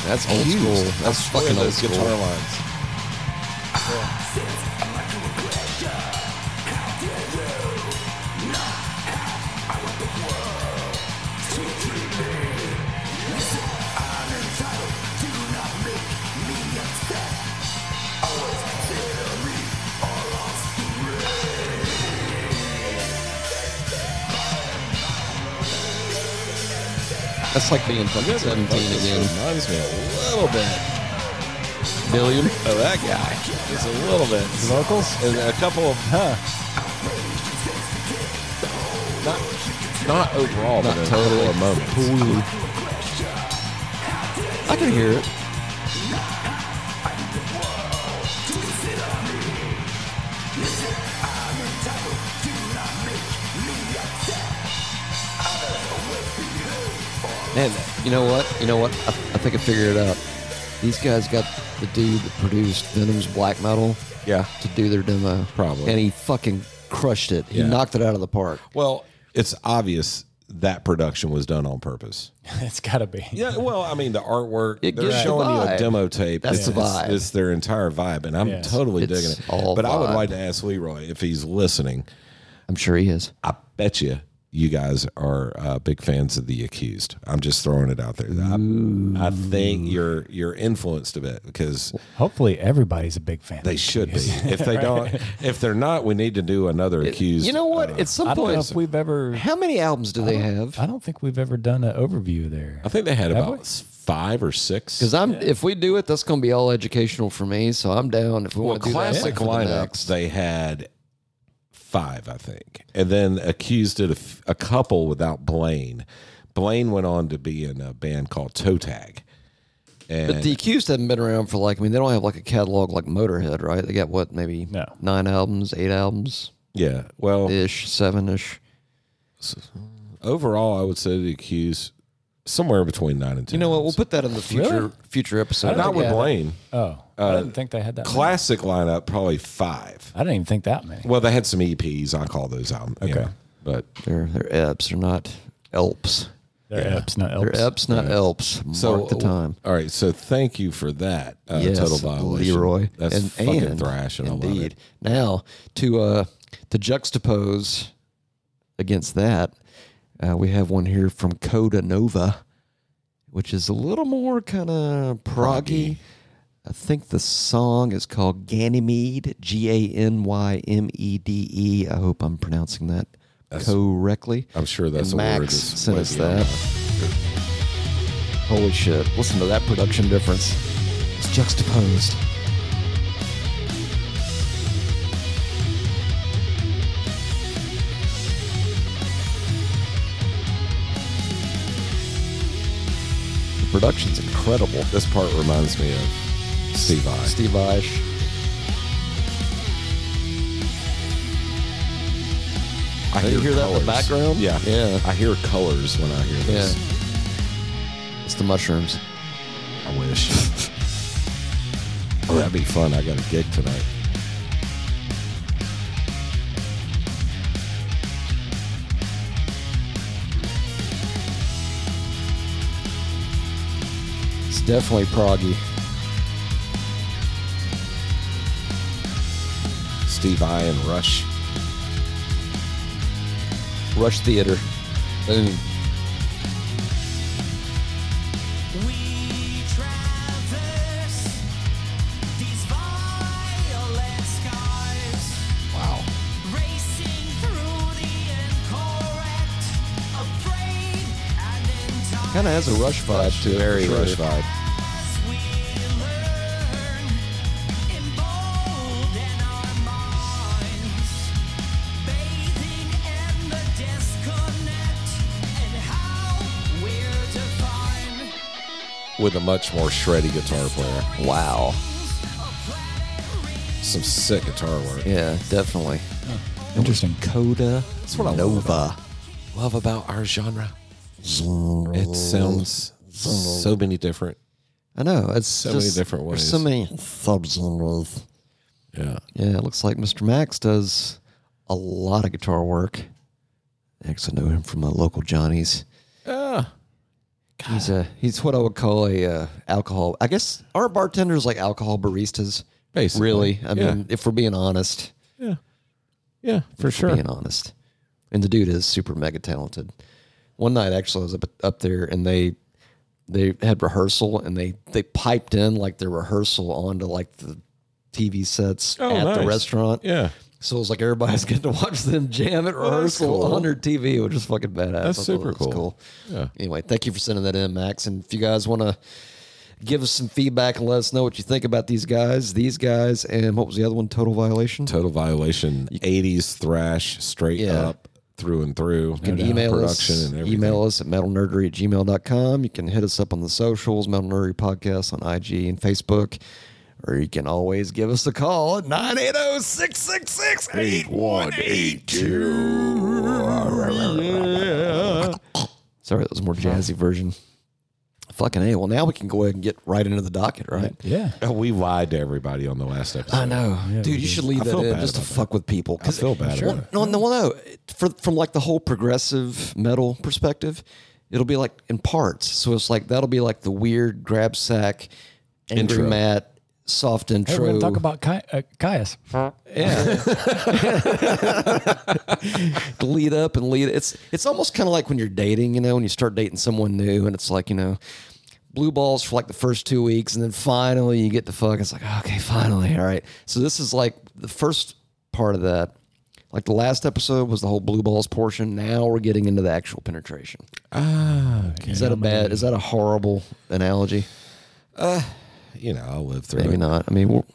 S1: That's old school. That's fucking old
S2: those
S1: school.
S2: guitar lines.
S1: That's like being fucking seventeen
S2: This
S1: again.
S2: Reminds me a little bit
S1: Billion.
S2: of that guy. Just a little bit. Vocals and a couple of huh. Not not overall,
S1: Not
S2: but a
S1: totally.
S2: couple of moments.
S1: I can hear it. Man, you know what? You know what? I, I think I figured it out. These guys got the dude that produced Venom's black metal
S2: Yeah.
S1: to do their demo.
S2: Probably.
S1: And he fucking crushed it.
S2: Yeah.
S1: He knocked it out of the park.
S2: Well, it's obvious that production was done on purpose.
S3: it's gotta be.
S2: Yeah, well, I mean the artwork.
S1: It
S2: they're
S1: gives the
S2: showing you a
S1: vibe.
S2: demo tape.
S1: That's
S2: it's,
S1: the
S2: it's-
S1: vibe.
S2: It's, their entire vibe, and I'm
S3: Yes.
S2: totally
S1: It's
S2: digging it.
S1: all
S2: But I would
S1: vibe.
S2: like to ask Leroy if he's listening.
S1: I'm sure he is.
S2: I bet you you guys are uh, big fans of The Accused. I'm just throwing it out there. I, I think you're you're influenced a bit because
S3: Hopefully, everybody's a big fan.
S2: they should be. If they don't, if they're not, we need to do another Accused.
S1: You know what?
S2: uh,
S1: At some
S3: I don't know if
S1: point,
S3: we've ever.
S1: how many albums do they have?
S3: I don't think we've ever done an overview there.
S2: I think they had
S3: Have
S2: about
S3: we?
S2: five or six.
S1: Because I'm, if we do it, that's going to be all educational for me. So I'm down if we
S2: Well,
S1: want to do
S2: classic
S1: that one for the next.
S2: lineups, they had five, I think, and then accused it a, f- a couple without Blaine. Blaine went on to be in a band called Toe Tag, and
S1: But the accused haven't been around for like I mean they don't have like a catalog like Motorhead, right? They got what maybe
S3: No.
S1: nine albums, eight albums
S2: yeah, well,
S1: ish, seven ish.
S2: overall, I would say the accused somewhere between nine and ten.
S1: You know what? We'll put that in the future
S3: Really?
S1: future episode.
S2: not with
S1: Yeah.
S2: Blaine.
S3: Oh,
S1: Uh,
S3: I didn't think they had that. many.
S2: Classic lineup, probably five.
S3: I didn't even think that many.
S2: Well, they had some EPs. I call those albums. Okay, but
S1: They're they're Eps, they're not Elps.
S3: They're Eps, not
S1: They're
S3: Elps.
S1: Eps, not Elps. Mark the time.
S2: All right. So thank you for that. Uh,
S1: yes,
S2: total violation.
S1: Leroy.
S2: That's
S1: and,
S2: fucking
S1: and,
S2: thrash, and I love it.
S1: indeed. Now to uh to juxtapose against that, uh, we have one here from Coda Nova, which is a little more kind of proggy. I think the song is called Ganymede, G A N Y M E D E. I hope I'm pronouncing that correctly.
S2: I'm sure that's
S1: And
S2: a word.
S1: Max
S2: that's
S1: sent us
S2: way beyond
S1: that. Holy shit. Listen to that production difference. It's juxtaposed. The production's incredible.
S2: This part reminds me of Steve I.
S1: Steve Aish.
S2: I
S1: you hear that in the background?
S2: Yeah,
S1: Yeah.
S2: I hear colors when I hear
S1: Yeah.
S2: this.
S1: It's the mushrooms.
S2: I wish. oh, that'd be fun. I got a gig tonight.
S1: It's definitely proggy.
S2: Steve I and Rush.
S1: Rush Theater. Boom.
S6: We traverse these violet skies,
S2: Wow.
S6: racing through the incorrect, afraid and in time.
S1: Kind of has a Rush vibe to it.
S2: Very
S1: for sure.
S2: Rush vibe.
S6: As we learn, embolden our minds, bathing in the disconnect and how we're defined.
S2: With a much more shreddy guitar player.
S1: Wow.
S2: Some sick guitar work.
S1: Yeah, definitely.
S3: Interesting.
S1: Coda
S2: That's what I love about, love about our genre. It sounds so many different.
S1: I know. It's
S2: So many
S1: just-
S2: different
S1: there's So
S2: ways.
S1: many subgenres.
S2: Yeah.
S1: Yeah, it looks like Mr. Max does a lot of guitar work. Actually, I know him from a local Johnny's.
S2: Ah.
S1: He's a he's what I would call a uh, alcohol. I guess our bartenders like alcohol baristas.
S2: Basically,
S1: really. I
S2: yeah.
S1: mean, if we're being honest,
S2: Yeah. Yeah, for
S1: if we're being honest, and the dude is super mega talented. One night, actually, I was up up there, and they they had rehearsal, and they they piped in like their rehearsal onto like the TV sets
S2: Oh,
S1: at the
S2: nice.
S1: restaurant.
S2: Yeah.
S1: So it was like everybody's getting to watch them jam at rehearsal
S2: cool.
S1: on their TV, which is fucking badass.
S2: That's
S1: I thought that
S2: super
S1: was
S2: cool. Yeah.
S1: Anyway, thank you for sending that in, Max. And if you guys want to give us some feedback and let us know what you think about these guys, these guys, and what was the other one? Total Violation.
S2: Total Violation, 80s thrash, straight
S1: Yeah.
S2: up, through and through.
S1: You can email
S2: production
S1: us,
S2: and everything.
S1: email us at metalnerdery at gmail.com. You can hit us up on the socials, Metal Nerdery Podcast on IG and Facebook, or you can always give us a call at oh, 980 666 8182. Sorry, that was a more jazzy version. Fucking A. Well, now we can go ahead and get right into the docket, right?
S3: Yeah.
S2: Oh, We lied to everybody on the last episode.
S1: I know, dude. You should leave
S2: I
S1: that
S2: feel
S1: in
S2: bad
S1: just to
S2: about that.
S1: fuck with people.
S2: I feel bad about it.
S1: No, no, well, no. For, from like the whole progressive metal perspective, it'll be like in parts. So it's like that'll be like the weird grab sack, angry
S2: Intro.
S1: Matt soft
S3: Hey,
S1: intro.
S3: we're going to talk about Ki- uh, Caius.
S1: lead up and lead. It's it's almost kind of like when you're dating, you know, when you start dating someone new, and it's like you know, blue balls for like the first two weeks, and then finally you get the fuck. It's like okay, finally, all right. So this is like the first part of that. Like the last episode was the whole blue balls portion. Now we're getting into the actual penetration. Is that a bad? Is that a horrible analogy?
S2: You know, I'll live through
S1: Maybe
S2: it.
S1: not. I mean, we'll,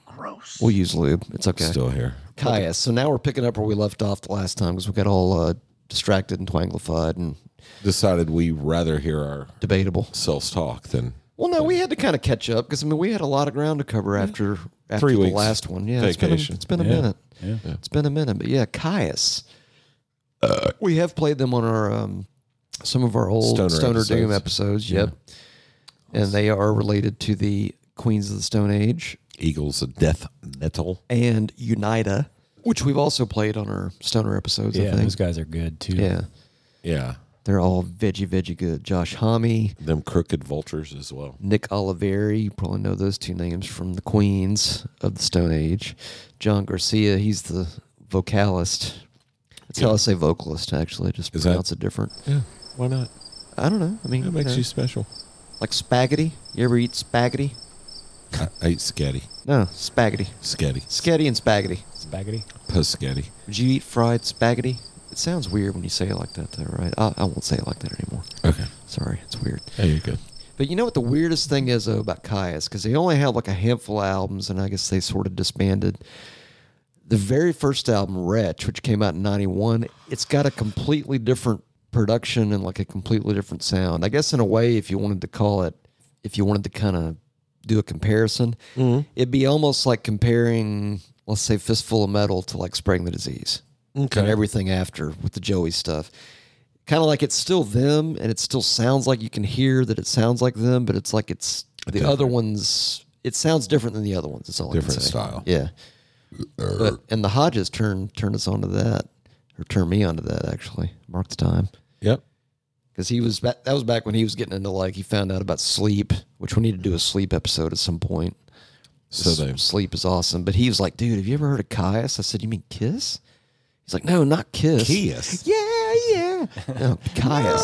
S1: we'll use lube. It's okay.
S2: Still here.
S1: Caius. So now we're picking up where we left off the last time because we got all uh, distracted and twanglified and
S2: Decided we rather hear
S1: debatable.
S2: ourselves talk than
S1: Well, no, we had to kind of catch up because I mean we had a lot of ground to cover after after
S2: Three
S1: the
S2: weeks
S1: last one. Yeah,
S2: vacation.
S1: It's been a, it's been a
S3: Yeah,
S1: minute.
S3: yeah.
S1: it's been a minute. But yeah, Caius. we have played them on our um, some of our old
S2: Stoner
S1: Stoner, Doom episodes.
S2: episodes.
S1: Yep, and they are related to the Queens of the Stone Age
S2: Eagles of Death Metal.
S1: and Unida, which we've also played on our Stoner episodes.
S3: Yeah,
S1: I think.
S3: those guys are good too.
S1: Yeah,
S2: Yeah.
S1: they're all veggie veggie good. Josh Homme,
S2: Them crooked vultures as well.
S1: Nick Oliveri, you probably know those two names from the Queens of the Stone Age. John Garcia, he's the vocalist. That's how I say vocalist, actually. I just
S2: Is that-
S1: pronounce it different.
S2: Yeah. Why not?
S1: I don't know. I mean,
S2: It
S1: you
S2: makes
S1: know,
S2: you special.
S1: like spaghetti. You ever eat spaghetti?
S2: I, I eat sketty.
S1: No, spaghetti.
S2: Sketty.
S1: Sketty and spaghetti.
S3: Spaggity.
S2: Pusketty.
S1: Would you eat fried spaghetti? It sounds weird when you say it like that, though, right? I, I won't say it like that anymore.
S2: Okay.
S1: Sorry, it's weird.
S2: There you go.
S1: But you know what the weirdest thing is though about Caius because they only have like a handful of albums, and I guess they sort of disbanded. The very first album, Wretch, which came out in '91, it's got a completely different production and like a completely different sound. I guess in a way, if you wanted to call it, if you wanted to kind of do a comparison,
S2: Mm-hmm.
S1: it'd be almost like comparing, let's say, Fistful of Metal to like Spraying the Disease and everything after with the Joey stuff. Kind of like it's still them, and it still sounds like you can hear that it sounds like them, but it's like it's the other ones. It sounds different than the other ones. It's all I
S2: Different
S1: can say.
S2: style.
S1: Yeah.
S2: Er.
S1: But and the Hodges turned turned us onto that, or turned me onto that actually. Mark the time
S2: Yep.
S1: because he was back, that was back when he was getting into like he found out about sleep, which we need to do a sleep episode at some point.
S2: So
S1: S-
S2: they
S1: sleep is awesome. But he was like, dude, have you ever heard of Caius? I said, you mean Kiss? He's like, no, not Kiss.
S2: Kiss?
S1: Yeah, yeah. No, Caius.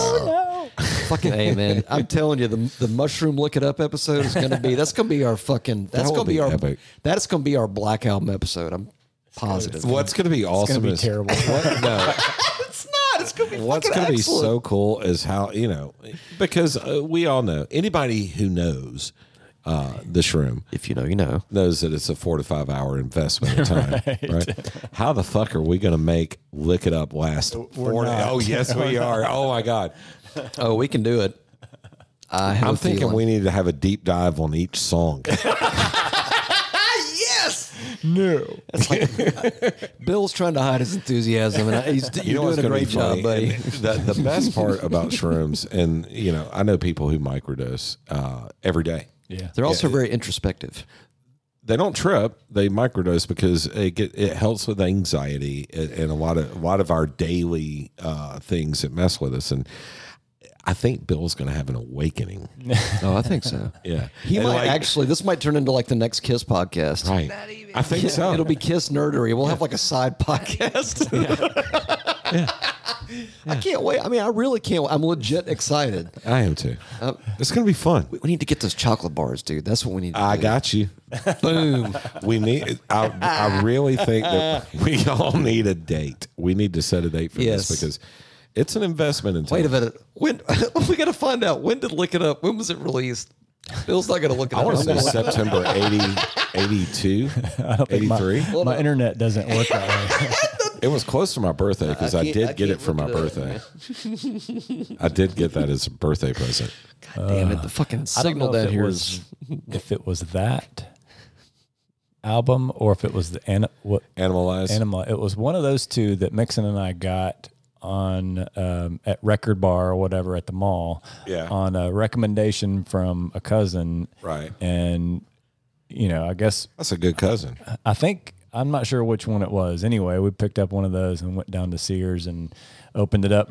S1: Fucking hey, man. I'm telling you, the the mushroom look it up episode is gonna be that's gonna be our fucking that's
S2: will
S1: gonna be,
S2: be
S1: our
S2: epic.
S1: that's gonna be our black album episode. I'm positive.
S2: What's going to be
S3: It's
S2: awesome
S3: going to be
S2: is
S3: terrible.
S2: What? No.
S1: It's not. It's gonna be
S2: What's
S1: fucking
S2: going to be
S1: excellent.
S2: so cool is how you know because uh, we all know anybody who knows uh, this room
S1: If you know, you know.
S2: knows that it's a four to five hour investment of time. right. How the fuck are we going to make lick it up last? four
S3: not.
S2: oh yes, we are. Oh my god.
S1: Oh, we can do it. I have
S2: I'm
S1: a
S2: thinking
S1: feeling.
S2: we need to have a deep dive on each song.
S3: no.
S1: Bill's trying to hide his enthusiasm, and I, he's,
S2: You know
S1: you're
S2: what's
S1: doing a
S2: gonna be
S1: great job,
S2: funny?
S1: buddy.
S2: And The, the best part about shrooms, and you know, I know people who microdose uh, every day.
S3: Yeah.
S1: They're also very introspective.
S2: they don't trip. They microdose because it get, it helps with anxiety and, and a lot of a lot of our daily uh, things that mess with us. And I think Bill's going to have an awakening.
S1: Oh, I think so.
S2: Yeah,
S1: He
S2: And
S1: might
S2: like-
S1: actually. This might turn into like the next Kiss podcast.
S2: Right. I think so.
S1: It'll be Kiss Nerdery. We'll have like a side podcast. I can't wait. I mean, I really can't. wait. I'm legit excited.
S2: I am too. it's going to be fun.
S1: We need to get those chocolate bars, dude. That's what we need. To
S2: I
S1: do.
S2: got you.
S1: boom.
S2: We need. I, I really think that we all need a date. We need to set a date for
S1: Yes.
S2: this because it's an investment in time.
S1: Wait a minute. When we got to find out when did Lick It Up? When was it released? Bill's not gonna look it
S2: I
S1: up.
S2: want
S1: I'm
S2: to say
S1: gonna look it up.
S2: September 80, 82, 83.
S3: My internet doesn't work that way.
S2: It was close to my birthday because I,
S1: can't-
S2: did
S1: I
S2: get
S1: can't
S2: it for my
S1: look it up,
S2: birthday. I did get that as a birthday present.
S1: Damn it! The fucking
S3: I don't
S1: signal
S3: know if
S1: down
S3: it
S1: here
S3: was
S1: is
S3: if it was that album or if it was the an, what
S2: Animalized.
S3: animal. It was one of those two that Mixon and I got on um, at record bar or whatever at the mall.
S2: Yeah.
S3: On a recommendation from a cousin.
S2: Right.
S3: And you know, I guess
S2: That's a good cousin.
S3: I think I'm not sure which one it was. Anyway, we picked up one of those and went down to Sears and opened it up.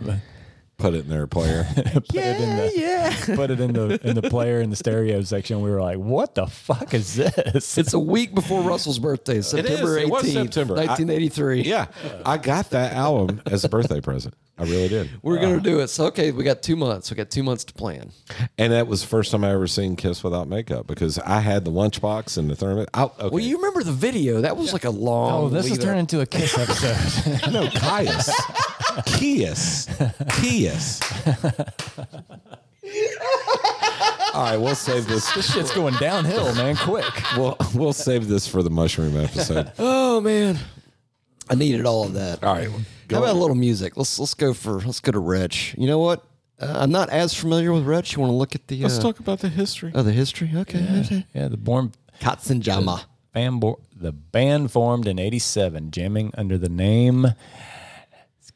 S2: Put it in their player.
S3: put it in the
S1: yeah.
S3: put it in the in the player in the stereo section. We were like, "What the fuck is this?"
S1: It's a week before Russell's birthday, September
S2: It was
S1: 18th,
S2: September. I-
S1: 1983.
S2: yeah, I got that album as a birthday present. I really did.
S1: We're going to do it. So, okay, we got two months. We got two months to plan.
S2: And that was the first time I ever seen Kiss without makeup because I had the lunchbox and the thermos. I, okay.
S1: Well, you remember the video. That was like a long.
S3: oh, this is
S1: lead-up.
S3: turning into a kiss episode.
S2: no Caius, Kias, Kias. All right, we'll save this.
S3: this shit's going downhill, man. Quick.
S2: We'll we'll save this for the mushroom episode.
S1: Oh, man. I needed all of that.
S2: All right,
S1: How about a little music? Let's let's go for let's go to Wretch. You know what? Uh, I'm not as familiar with Wretch. You want to look at the uh,
S2: let's talk about the history.
S1: oh the history? Okay, okay.
S3: Yeah, the born
S1: Katzenjammer.
S3: band bo- the band formed in '87, jamming under the name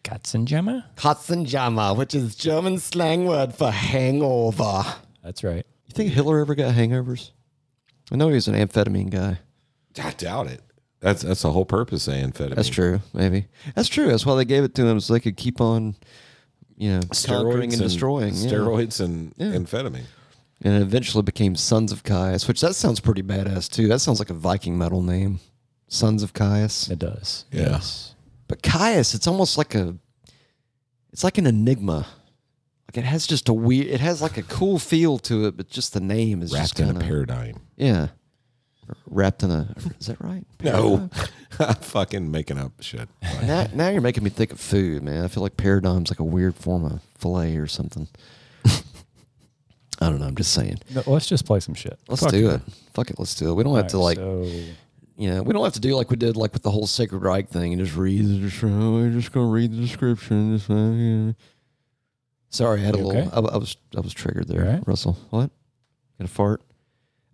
S3: Katzenjammer.
S1: Katzenjammer, which is German slang word for hangover.
S3: That's right.
S1: You think Hitler ever got hangovers? I know he was an amphetamine guy.
S2: I doubt it. That's that's the whole purpose of amphetamine.
S1: That's true, maybe. That's true. That's why they gave it to him so they could keep on, you know, conquering and destroying. yeah.
S2: steroids and amphetamine.
S1: And it eventually became Sons of Caius, which that sounds pretty badass too. That sounds like a Viking metal name. Sons of Caius.
S3: It does.
S2: Yeah.
S3: Yes.
S1: But Caius, it's almost like a it's like an enigma. Like it has just a weird it has like a cool feel to it, but just the name is just
S2: Wrapped in
S1: kind
S2: a
S1: of
S2: paradigm.
S1: Yeah. Wrapped in a is that right?
S2: No, I'm fucking making up shit.
S1: Now, now you're making me think of food, man. I feel like paradigm's like a weird form of filet or something. I don't know, I'm just saying.
S3: No, let's just play some shit.
S1: Let's do it. Fuck it, let's do it. We don't have to like
S3: so-
S1: you know, we don't have to do like we did like with the whole Sacred Reich thing and just read the description. We're just gonna read the description. Just, uh, yeah. Sorry, I had a
S3: You
S1: little.
S3: okay?
S1: I, I was I was triggered there,
S3: You all right?
S1: Russell. What? Got a fart?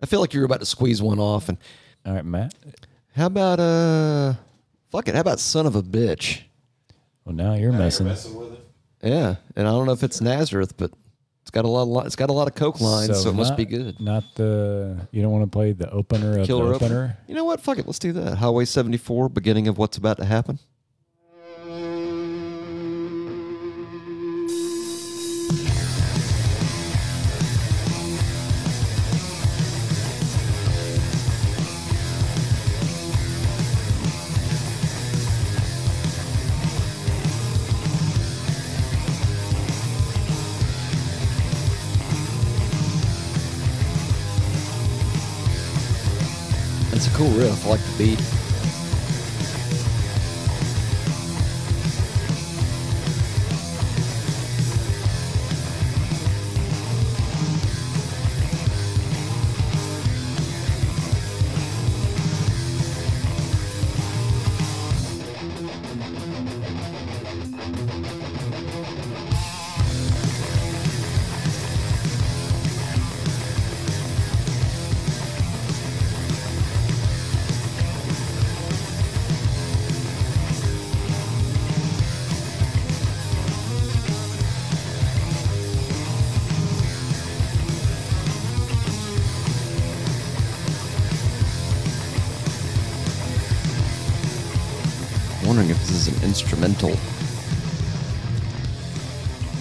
S1: I feel like you were about to squeeze one off. And
S3: All right, Matt.
S1: how about uh, fuck it. How about son of a bitch?
S3: Well, now you're messing.
S1: Yeah, and I don't know if it's Nazareth, but it's got a lot. Of, li- it's got a lot of coke lines, so, it must
S3: not-
S1: be good.
S3: Not the. You don't want to play the opener of
S1: Killer
S3: the
S1: opener.
S3: opener.
S1: You know what? Fuck it. Let's do that. Highway 74, beginning of what's about to happen. It's a cool riff. I like the beat. wondering if this is an instrumental.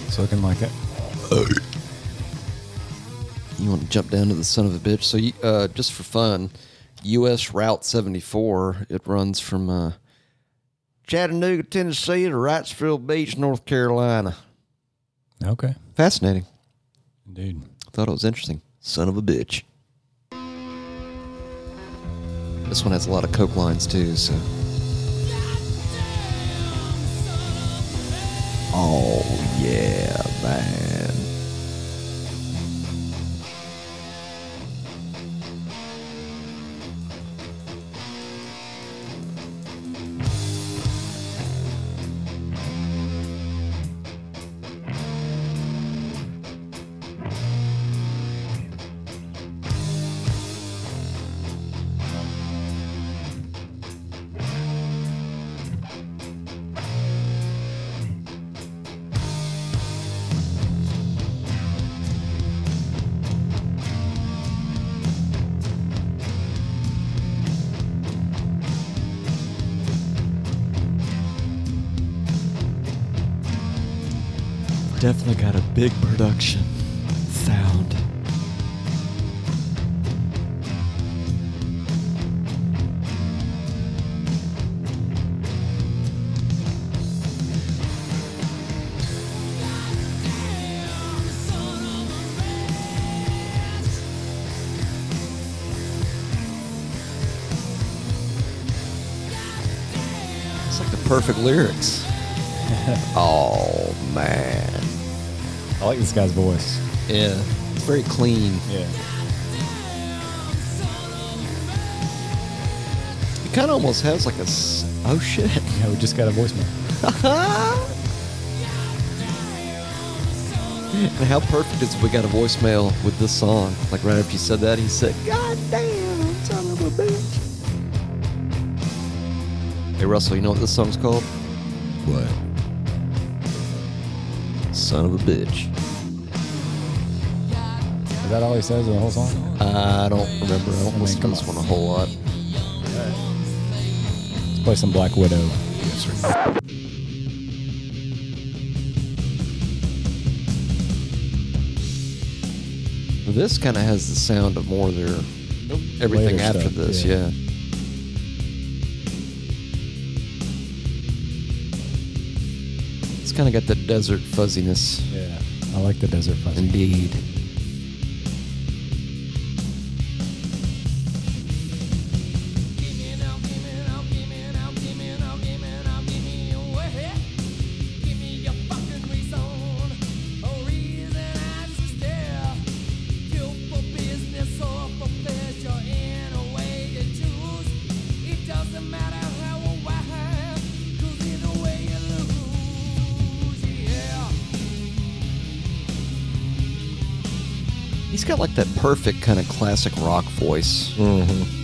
S3: It's looking like it.
S1: You want to jump down to the son of a bitch? So, you, uh, just for fun, U.S. Route 74. It runs from uh, Chattanooga, Tennessee, to Wrightsville Beach, North Carolina.
S3: Okay,
S1: Fascinating.
S3: dude.
S1: Thought it was interesting. Son of a bitch. This one has a lot of coke lines too. So, oh yeah, man.
S7: Definitely got a big production sound.
S1: It's like the perfect lyrics. oh man,
S3: I like this guy's voice.
S1: yeah, it's very clean.
S3: Yeah.
S1: It kind of almost has like a s- oh shit.
S3: Yeah, we just got a voicemail.
S1: And how perfect is it we got a voicemail with this song? Like right after you said that, he said, "God damn, son of a bitch." Hey Russell, you know what this song's called?
S2: What?
S1: Son of a bitch.
S3: Is that all he says in the whole song?
S1: I don't remember. I
S3: I
S1: don't
S3: mean,
S1: listen to
S3: come
S1: this
S3: on.
S1: one a whole lot.
S3: Let's play some Black Widow.
S2: Yes, sir.
S1: This kind of has the sound of more of their everything
S3: Later
S1: after
S3: stuff,
S1: this,
S3: yeah.
S1: yeah. It's kind of got the desert fuzziness,
S3: Yeah. I like the desert fuzzy.
S1: indeed. He's got like that perfect kind of classic rock voice.
S2: Mm-hmm.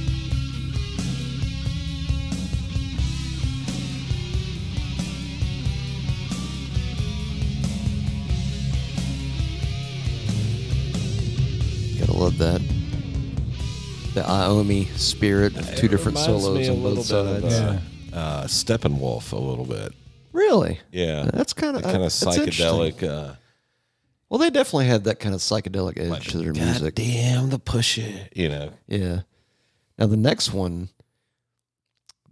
S1: Gotta love that. The Iomi spirit of two different solos on both sides.
S3: Yeah.
S2: Uh, Steppenwolf, a little bit.
S1: Really?
S2: Yeah,
S1: That's kinda- uh,
S2: kind of
S1: that's interesting.
S2: psychedelic. Uh,
S1: Well, they definitely had that kind of psychedelic edge to their music.
S2: damn, the push it. You know,
S1: Yeah. Now the next one,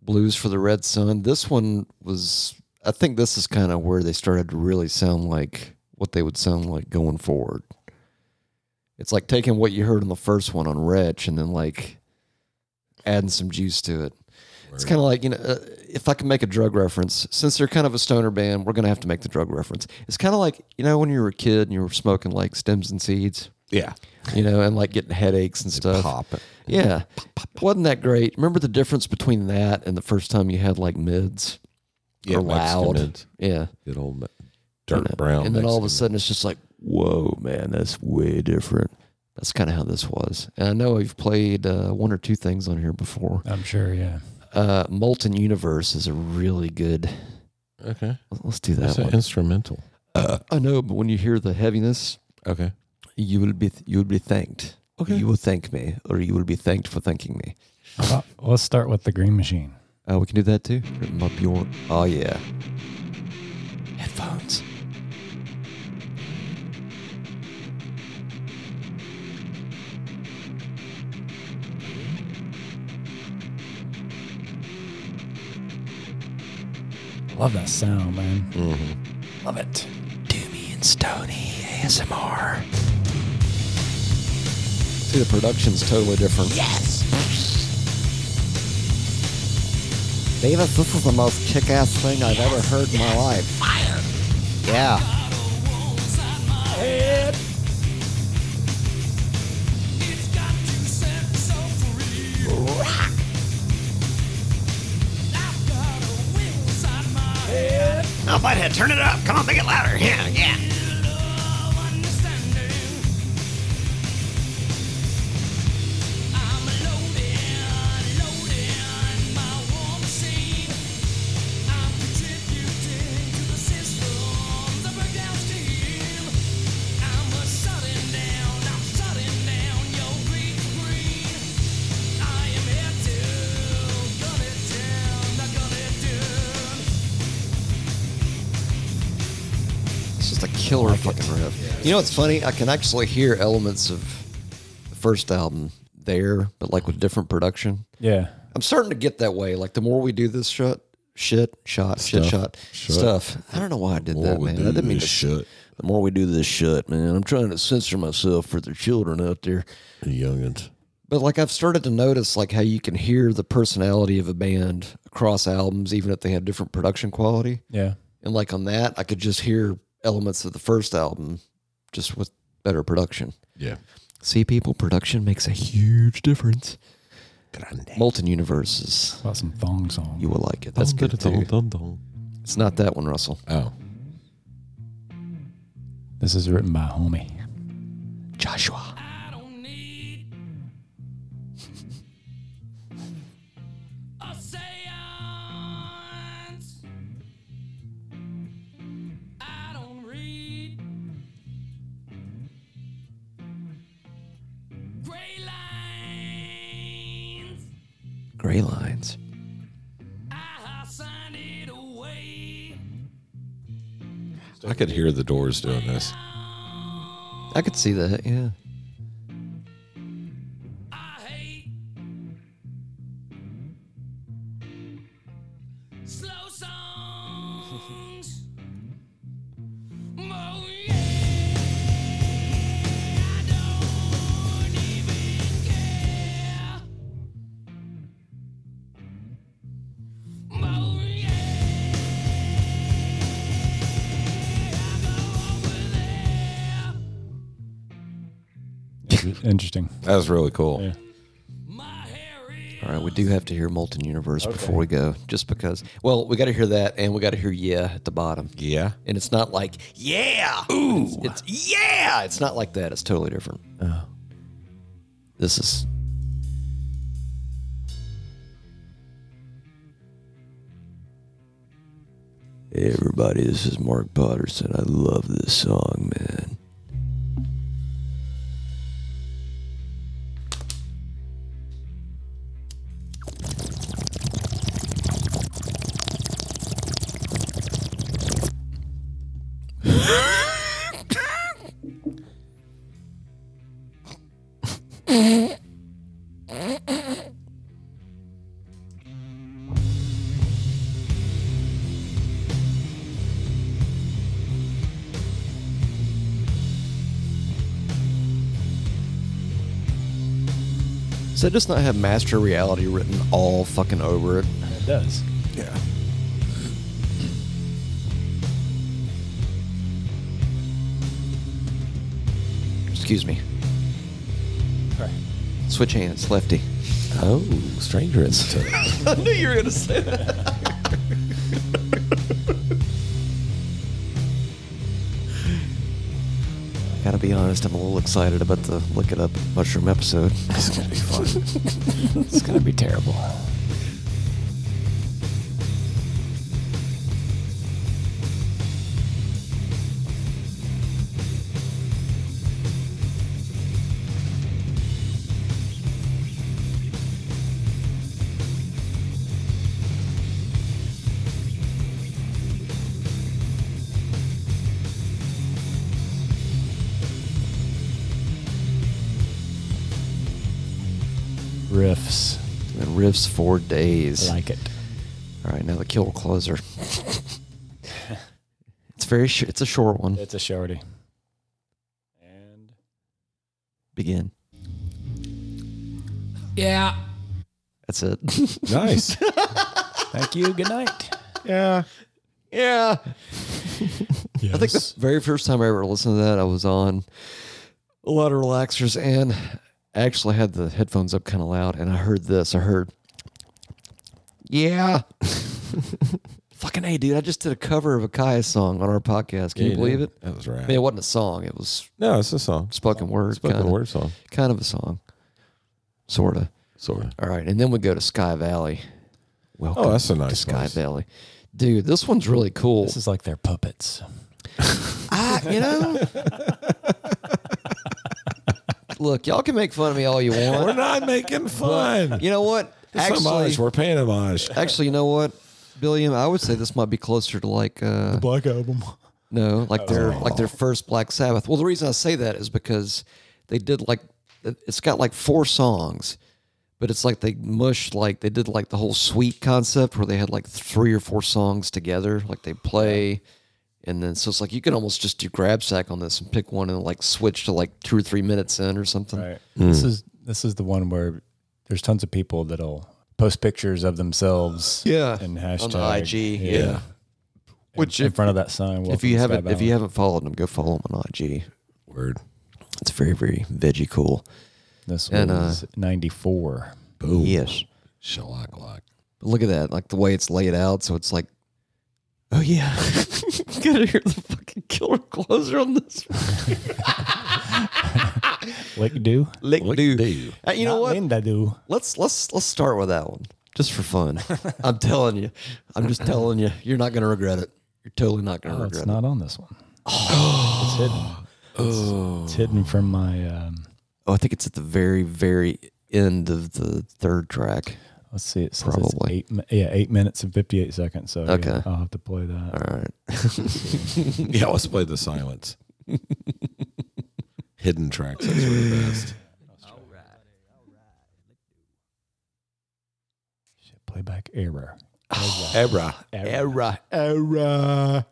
S1: Blues for the Red Sun. This one was, I think, this is kind of where they started to really sound like what they would sound like going forward. It's like taking what you heard on the first one on Wretch and then like adding some juice to it. It's kind of like you know, uh, if I can make a drug reference, since they're kind of a stoner band, we're gonna have to make the drug reference. It's kind of like you know when you were a kid and you were smoking like stems and seeds,
S2: yeah,
S1: you know, and like getting headaches and stuff.
S2: pop.
S1: Yeah. Wasn't that great? Remember the difference between that and the first time you had like mids
S2: Yeah,
S1: or
S2: Mexican
S1: loud?
S2: mids.
S1: Yeah.
S2: good old me- dirt brown.
S1: and then all of a
S2: Mexican.
S1: sudden it's just like, whoa, man, that's way different. That's kind of how this was. And I know I've played uh, one or two things on here before.
S3: I'm sure, yeah.
S1: Uh, Molten Universe is a really good.
S2: okay,
S1: Let's do that
S2: that's an
S1: one. Uh,
S2: instrumental.
S1: I know, but when you hear the heaviness,
S2: Okay,
S1: you will be you will be thanked.
S2: Okay.
S1: You will thank me, or you will be thanked for thanking me.
S3: How about- let's start with the Green Machine.
S1: Uh, we can do that too. Rip 'em up your. Oh yeah. Headphones.
S3: Love that sound, man.
S1: Love it. Doomy and Stony ASMR. See, the production's totally different.
S5: Davis, this is the most kick ass thing I've ever heard in my life. Yeah.
S6: Oh, Butthead, turn it up. Come on, make it louder. Yeah, yeah.
S1: It's just a killer fucking riff. You know what's funny? I can actually hear elements of the first album there, but like with different production.
S3: Yeah.
S1: I'm starting to get that way. Like the more we do this shit, shit, shot, shit, shot, stuff.
S5: I don't know why I did
S2: What
S5: that,
S2: we
S5: man.
S2: do
S5: I didn't mean
S2: is
S5: to.
S2: shut
S5: The more we do this shit, man, I'm trying to censor myself for the children out there.
S2: the youngins.
S1: But like I've started to notice like how you can hear the personality of a band across albums, even if they have different production quality.
S3: Yeah.
S1: And like on that, I could just hear elements of the first album, just with better production.
S2: Yeah.
S1: See, people, production makes a huge difference. Molten Universes,
S3: About some thong song.
S1: you will like it. That's good too. It's not that one, Russell.
S2: Oh.
S3: This is written by a homie.
S1: Joshua.
S5: Gray lines.
S2: I could hear the doors doing this.
S1: I could see that. Yeah.
S8: Slow songs.
S3: Interesting.
S2: That was really cool.
S3: Yeah.
S1: All right, we do have to hear Molten Universe before we go, just because. Well, we got to hear that, and we got to hear Yeah at the bottom.
S2: Yeah.
S1: And it's not like Yeah. Ooh. It's, it's Yeah. It's not like that. It's totally different. Oh. This is.
S5: Hey, everybody, this is Mark Potterson. I love this song, man.
S1: Does that just not have Master Reality written all fucking over it?
S3: It does.
S1: Excuse me. Switch hands, lefty.
S2: Oh, stranger incident.
S1: I knew you were gonna say that.
S5: Gotta be honest, I'm a little excited about the Look It Up Mushroom episode.
S3: It's gonna be terrible. Riffs.
S1: And riffs for days.
S3: I like it.
S1: All right, now the kill closer. it's very. Sh- it's a short one.
S3: It's a shorty. And
S1: Begin.
S8: Yeah.
S1: That's it.
S2: nice.
S3: thank you. Good night.
S2: Yeah.
S1: yeah.
S3: Yes.
S1: I think the very first time I ever listened to that, I was on a lot of relaxers and I actually had the headphones up kind of loud and I heard this. I heard, yeah. Fucking A, dude. I just did a cover of a Kaya song on our podcast. Can you believe it?
S2: That was
S1: I
S2: right.
S1: mean, it wasn't a song, it was
S2: No, it's a song.
S1: spoken word.
S2: Spoken
S1: kinda,
S2: word song.
S1: Kind of a song. Sort of.
S2: Sort of.
S1: All right. And then we go to Sky Valley. Welcome
S2: Oh, that's a
S1: to
S2: nice
S1: Sky
S2: place.
S1: Valley. Dude, this one's really cool.
S3: This is like their puppets.
S5: I, you know,
S1: Look, y'all can make fun of me all you want.
S2: We're not making fun.
S1: You know what?
S2: It's homage.
S1: Actually,
S2: We're paying homage.
S1: actually, you know what, Billiam? I would say this might be closer to like uh,
S3: Black album.
S1: No, like their
S3: Oh.
S1: like their first Black Sabbath. Well, the reason I say that is because they did like it's got like four songs, but it's like they mushed like they did like the whole suite concept where they had like three or four songs together, like they play, and then so it's like you can almost just do grab sack on this and pick one and like switch to like two or three minutes in or something.
S3: Right. This is this is the one where there's tons of people that'll post pictures of themselves.
S1: Yeah.
S3: And
S1: On
S3: hashtag
S1: the IG, yeah.
S3: Which in, front of that sign.
S1: If
S3: "Welcome
S1: you
S3: to
S1: haven't
S3: Sky
S1: if you
S3: Valley."
S1: haven't followed them, go follow them on IG.
S2: Word.
S1: It's very very veggie cool.
S3: this
S1: and, uh,
S3: was '94.
S2: Boom.
S1: Yes.
S2: Shellac lock.
S1: But look at that, like the way it's laid out. So it's like, oh yeah, gotta hear the fucking killer closer on this.
S3: Lick do.
S1: Lick, do.
S2: do.
S1: Uh, you know
S3: Not
S1: what?
S3: Linda do.
S1: Let's let's let's start with that one just for fun. I'm telling you, I'm just telling you, you're not gonna regret it. You're totally not gonna
S3: Oh,
S1: regret
S3: it's not on this one. it's hidden.
S1: Oh.
S3: It's, it's hidden from my. Um,
S1: it. Oh, I think it's at the very very end of the third track.
S3: let's see. It says it's
S1: Probably.
S3: eight. mi- Yeah, eight minutes and fifty-eight seconds. So yeah,
S1: Okay.
S3: I'll have to play that.
S1: All right,
S2: Yeah, let's play the silence. Hidden tracks. Those were the best.
S3: Shit, Playback error.
S2: Ebra.
S3: Error. Error.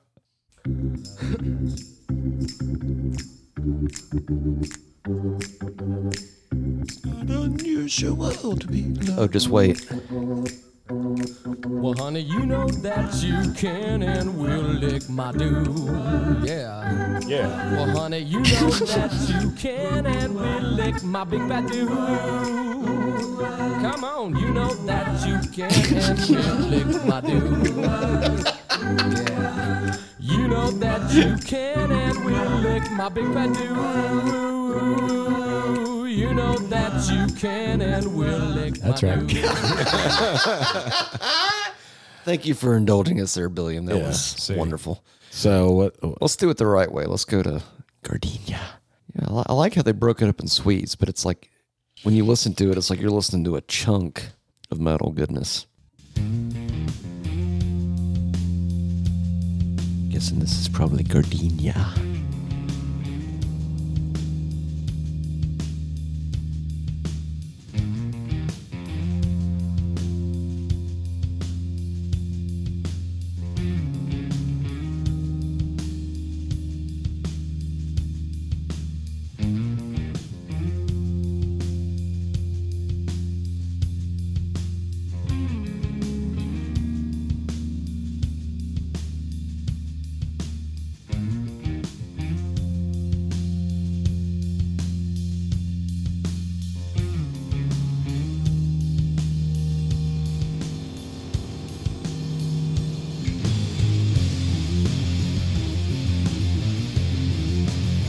S1: oh just wait.
S7: Well, honey, you know that you can and will lick my dude. Yeah.
S3: Yeah.
S7: Well, honey, you know that you can and will lick my big fat dude. Come on, you know that you can and will lick my dude. Yeah. You know that you can and will lick my big fat dude. You know that you can and will lick
S3: That's
S7: my
S3: right.
S7: dude.
S1: Thank you for indulging us there, Billiam. That
S2: Yeah,
S1: was
S2: see.
S1: wonderful.
S2: So what?
S3: oh,
S1: Let's do it the right way. Let's go to Gardenia. Yeah, I li- I like how they broke it up in suites, but it's like when you listen to it, it's like you're listening to a chunk of metal goodness. Guessing this is probably Gardenia.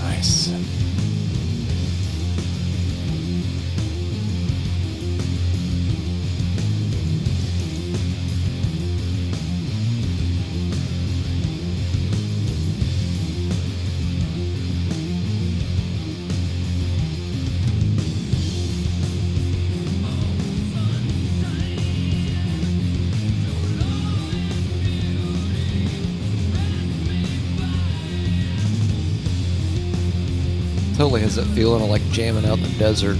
S3: Nice.
S1: Totally has that feeling of like jamming out in the desert.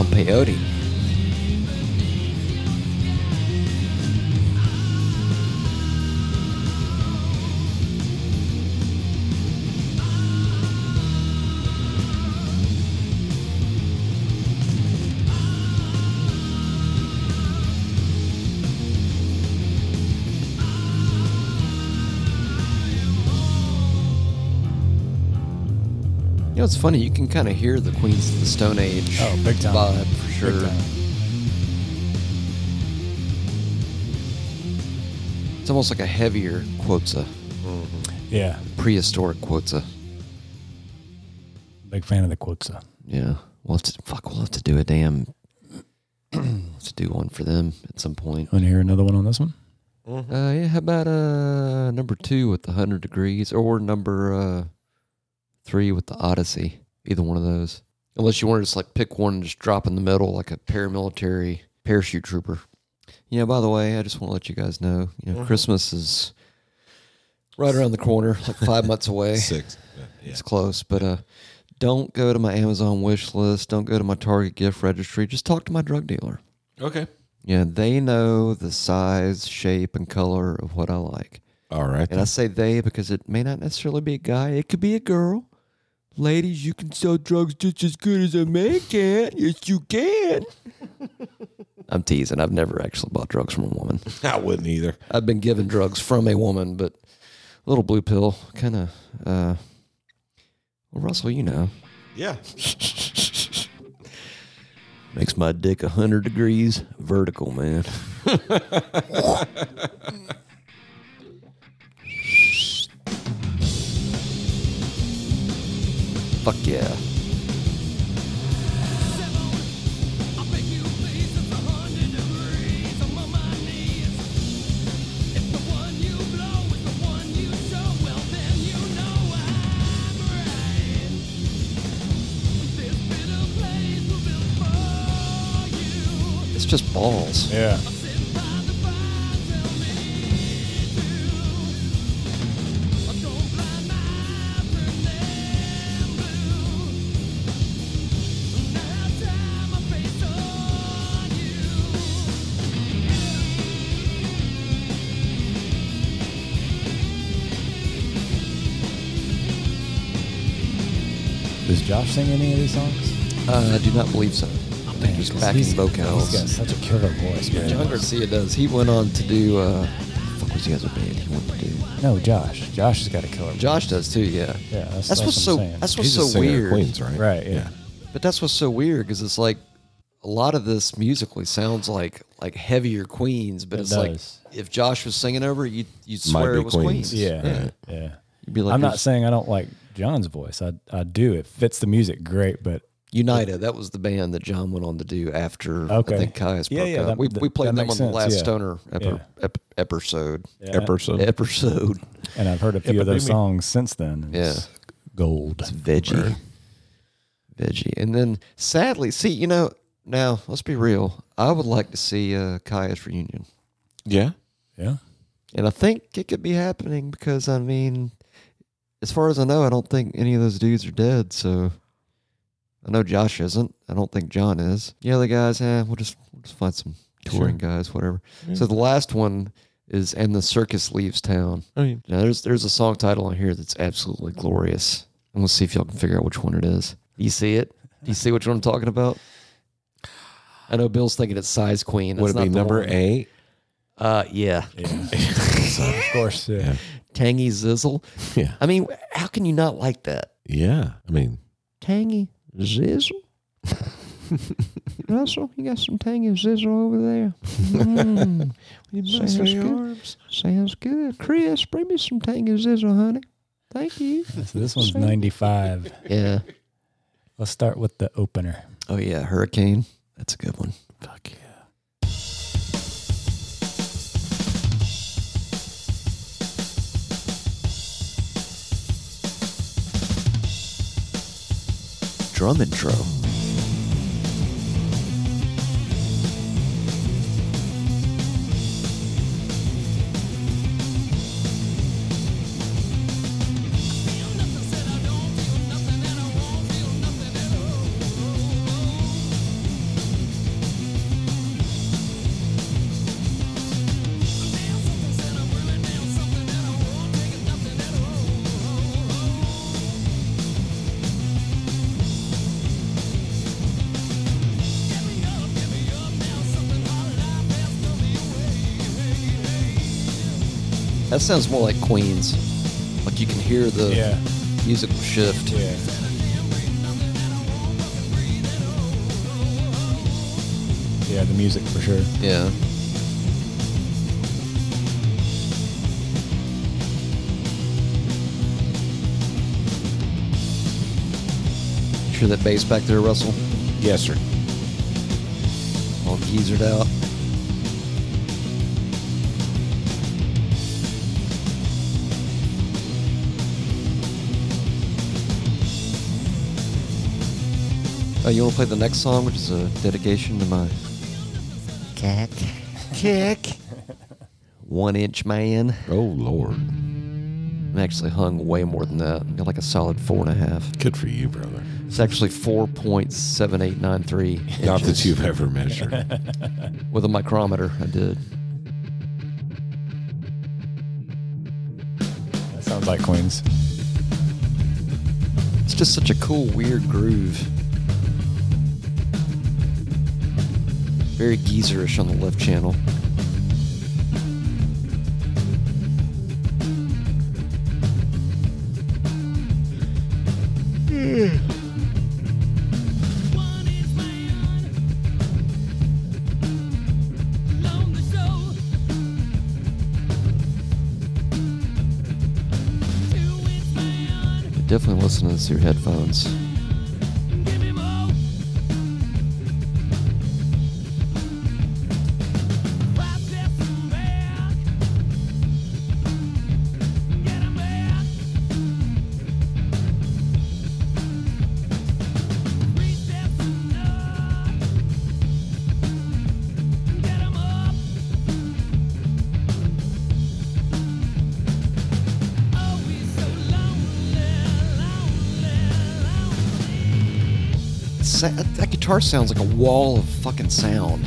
S1: On peyote. You know, it's funny. You can kind of hear the Queens of the Stone Age
S3: Oh, big time.
S1: vibe for sure.
S3: Big time.
S1: It's almost like a heavier Quotza,
S3: Yeah.
S1: prehistoric Quotza.
S3: Big fan of the Quotza.
S1: Yeah. We'll have to, fuck, we'll have to do a damn. Let's do one for them at some point.
S3: Want to hear another one on this one?
S1: Uh, yeah, how about uh number two with the hundred degrees, or number uh three with the Odyssey? Either one of those, unless you want to just like pick one and just drop in the middle like a paramilitary parachute trooper. Yeah. By the way, I just want to let you guys know, you know, Christmas is right around the corner, like five months away.
S2: Six. Uh, yeah.
S1: It's close, but uh, don't go to my Amazon wish list. Don't go to my Target gift registry. Just talk to my drug dealer.
S2: Okay.
S1: Yeah, they know the size, shape, and color of what I like.
S2: All right.
S1: And I say they because it may not necessarily be a guy, it could be a girl. Ladies, you can sell drugs just as good as a man can. Yes, you can. I'm teasing. I've never actually bought drugs from a woman.
S2: I wouldn't either.
S1: I've been given drugs from a woman, but a little blue pill kind of. Uh, well, Russell, you know,
S2: Yeah.
S1: makes my dick 100 degrees vertical, man. Fuck yeah. It's just balls.
S3: Yeah. Does Josh sing any of these songs?
S1: Uh, I do not believe so. I think he's backing vocals.
S3: He's got such a killer voice, man.
S1: John Garcia does. He went on to do. Uh, fuck was the other band he went to do?
S3: No, Josh. Josh has got a killer voice.
S1: Josh does too. Yeah.
S3: Yeah,
S1: That's,
S3: that's, that's
S1: what's so.
S3: what I'm saying.
S1: That's what's
S2: He's a
S1: so
S2: singer of
S1: weird.
S2: Queens, right?
S3: right. Yeah.
S1: But that's what's so weird because it's like a lot of this musically sounds like like heavier Queens, but
S3: It
S1: it's
S3: does.
S1: like if Josh was singing over it, you you'd
S2: Might
S1: swear
S2: be
S1: it was Queens.
S2: Queens.
S3: Yeah. Yeah.
S2: Right.
S1: You'd be like,
S3: I'm not
S1: there's-
S3: saying I don't like John's voice. I I do. It fits the music great, but
S1: United. That was the band that John went on to do after
S3: Okay.
S1: I think Caius
S3: Yeah,
S1: broke
S3: yeah,
S1: up.
S3: that-
S1: we,
S3: that-
S1: we played
S3: that
S1: them on
S3: makes
S1: the
S3: sense,
S1: last
S3: yeah.
S1: Stoner epi- ep- episode.
S2: Epperson.
S1: Episode.
S3: and I've heard a few of those songs since then. It's Gold.
S1: veggie. Veggie. And then sadly, see, you know, now let's be real. I would like to see uh Caius reunion.
S2: Yeah.
S3: Yeah.
S1: And I think it could be happening because I mean as far as I know, I don't think any of those dudes are dead, so I know Josh isn't. I don't think John is. The other guys, eh, we'll just we'll just find some touring guys, whatever. So the last one is and the circus leaves town.
S2: Oh, yeah.
S1: Now, there's there's a song title on here that's absolutely glorious. I'm gonna see if y'all can figure out which one it is. Do you see it? Do you see which one I'm talking about? I know Bill's thinking it's Size Queen. That's
S2: Would it
S1: not
S2: be
S1: the
S2: number
S1: one.
S2: eight?
S1: Uh, yeah.
S3: Of course. Yeah.
S1: Tangy Zizzle.
S2: Yeah.
S1: I mean, how can you not like that?
S2: Yeah. I mean,
S1: Tangy Zizzle. Russell, you got some tangy zizzle over there. Mm, sounds, good. sounds good. Chris, bring me some tangy zizzle, honey. Thank you.
S3: So this one's 95.
S1: Yeah.
S3: Let's start with the opener.
S1: Oh yeah, Hurricane. That's a good one.
S3: Fuck yeah.
S1: Drum intro. That sounds more like Queens. Like you can hear the
S3: Yeah.
S1: musical shift.
S3: Yeah. Yeah, the music for sure.
S1: Yeah. Sure that bass back there, Russell?
S2: yes, sir.
S1: All geezered out. Uh, you want to play the next song, which is a dedication to my
S5: Kick.
S1: kick. One Inch Man.
S2: Oh, Lord.
S1: I actually hung way more than that. I got like a solid four and a half.
S2: Good for you, brother.
S1: It's actually 4.7893
S2: Not that you've ever measured.
S1: with a micrometer. I did.
S3: That sounds like Queens.
S1: It's just such a cool, weird groove. Very geezerish on the left channel. But definitely listen to this through headphones. Sa- that guitar sounds like a wall of fucking sound.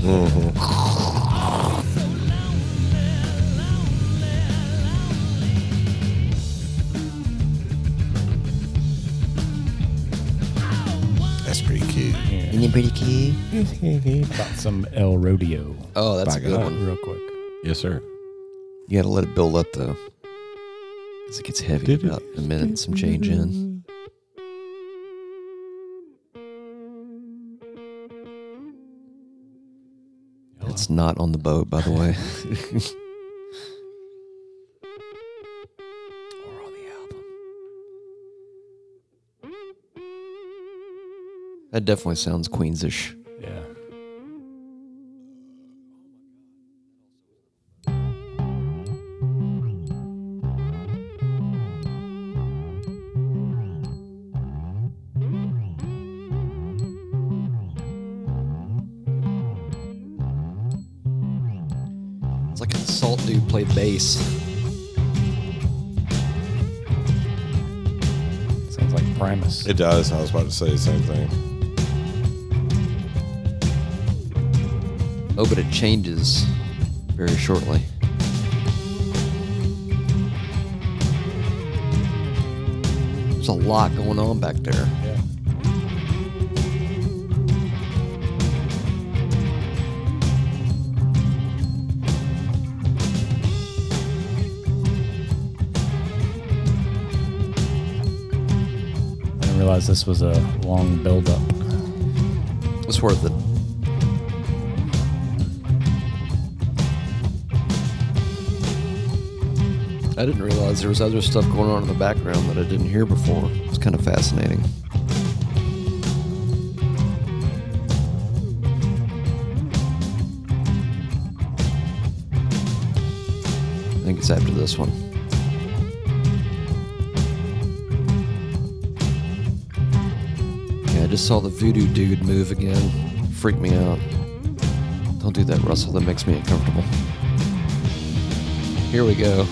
S2: That's pretty cute.
S5: Isn't it pretty cute?
S3: About some El Rodeo.
S1: Oh, that's
S2: By
S1: a good
S2: God.
S1: one.
S3: Real quick.
S2: Yes, sir.
S1: You gotta let it build up though. Because it gets heavy in about a minute and some change in. It's not on the boat, by the way. or on the album. That definitely sounds Queensish.
S3: Yeah.
S1: It's like a salt dude played bass.
S3: Sounds like Primus.
S2: It does. I was about to say the same thing.
S1: Oh, but it changes very shortly. There's a lot going on back there.
S3: yeah. I didn't realize this was a long build up.
S1: It's worth it. I didn't realize there was other stuff going on in the background that I didn't hear before. It's kind of fascinating. I think it's after this one. Yeah, I just saw the voodoo dude move again. Freaked me out. Don't do that, Russell. That makes me uncomfortable. Here we go.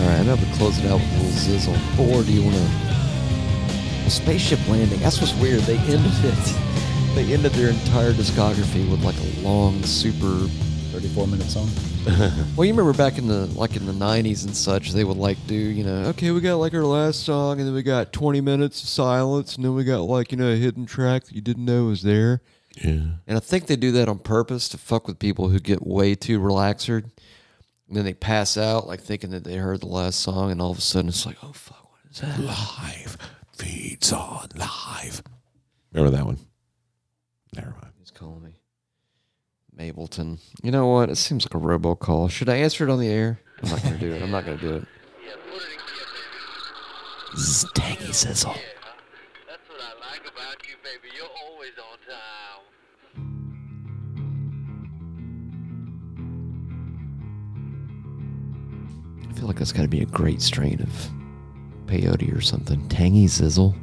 S1: All right, I'm about to close it out with a little zizzle. Or do you want to? Well, spaceship landing. That's what's weird. They ended it. They ended their entire discography with like a long, super, or
S3: 34 minute song.
S1: Well, you remember back in the like in the '90s and such, they would like do you know, okay, we got like our last song, and then we got 20 minutes of silence, and then we got like you know a hidden track that you didn't know was there.
S2: Yeah.
S1: And I think they do that on purpose to fuck with people who get way too relaxered, and then they pass out like thinking that they heard the last song, and all of a sudden it's like, oh fuck, what is that?
S2: Live feeds on live. Remember that one? Never mind.
S1: He's calling me. Mableton. You know what? It seems like a robocall. Should I answer it on the air? I'm not gonna do it. I'm not gonna do it. Stanky sizzle.
S8: That's what I like about you, baby. You're always on time.
S1: I feel like that's got to be a great strain of peyote or something. Tangy sizzle.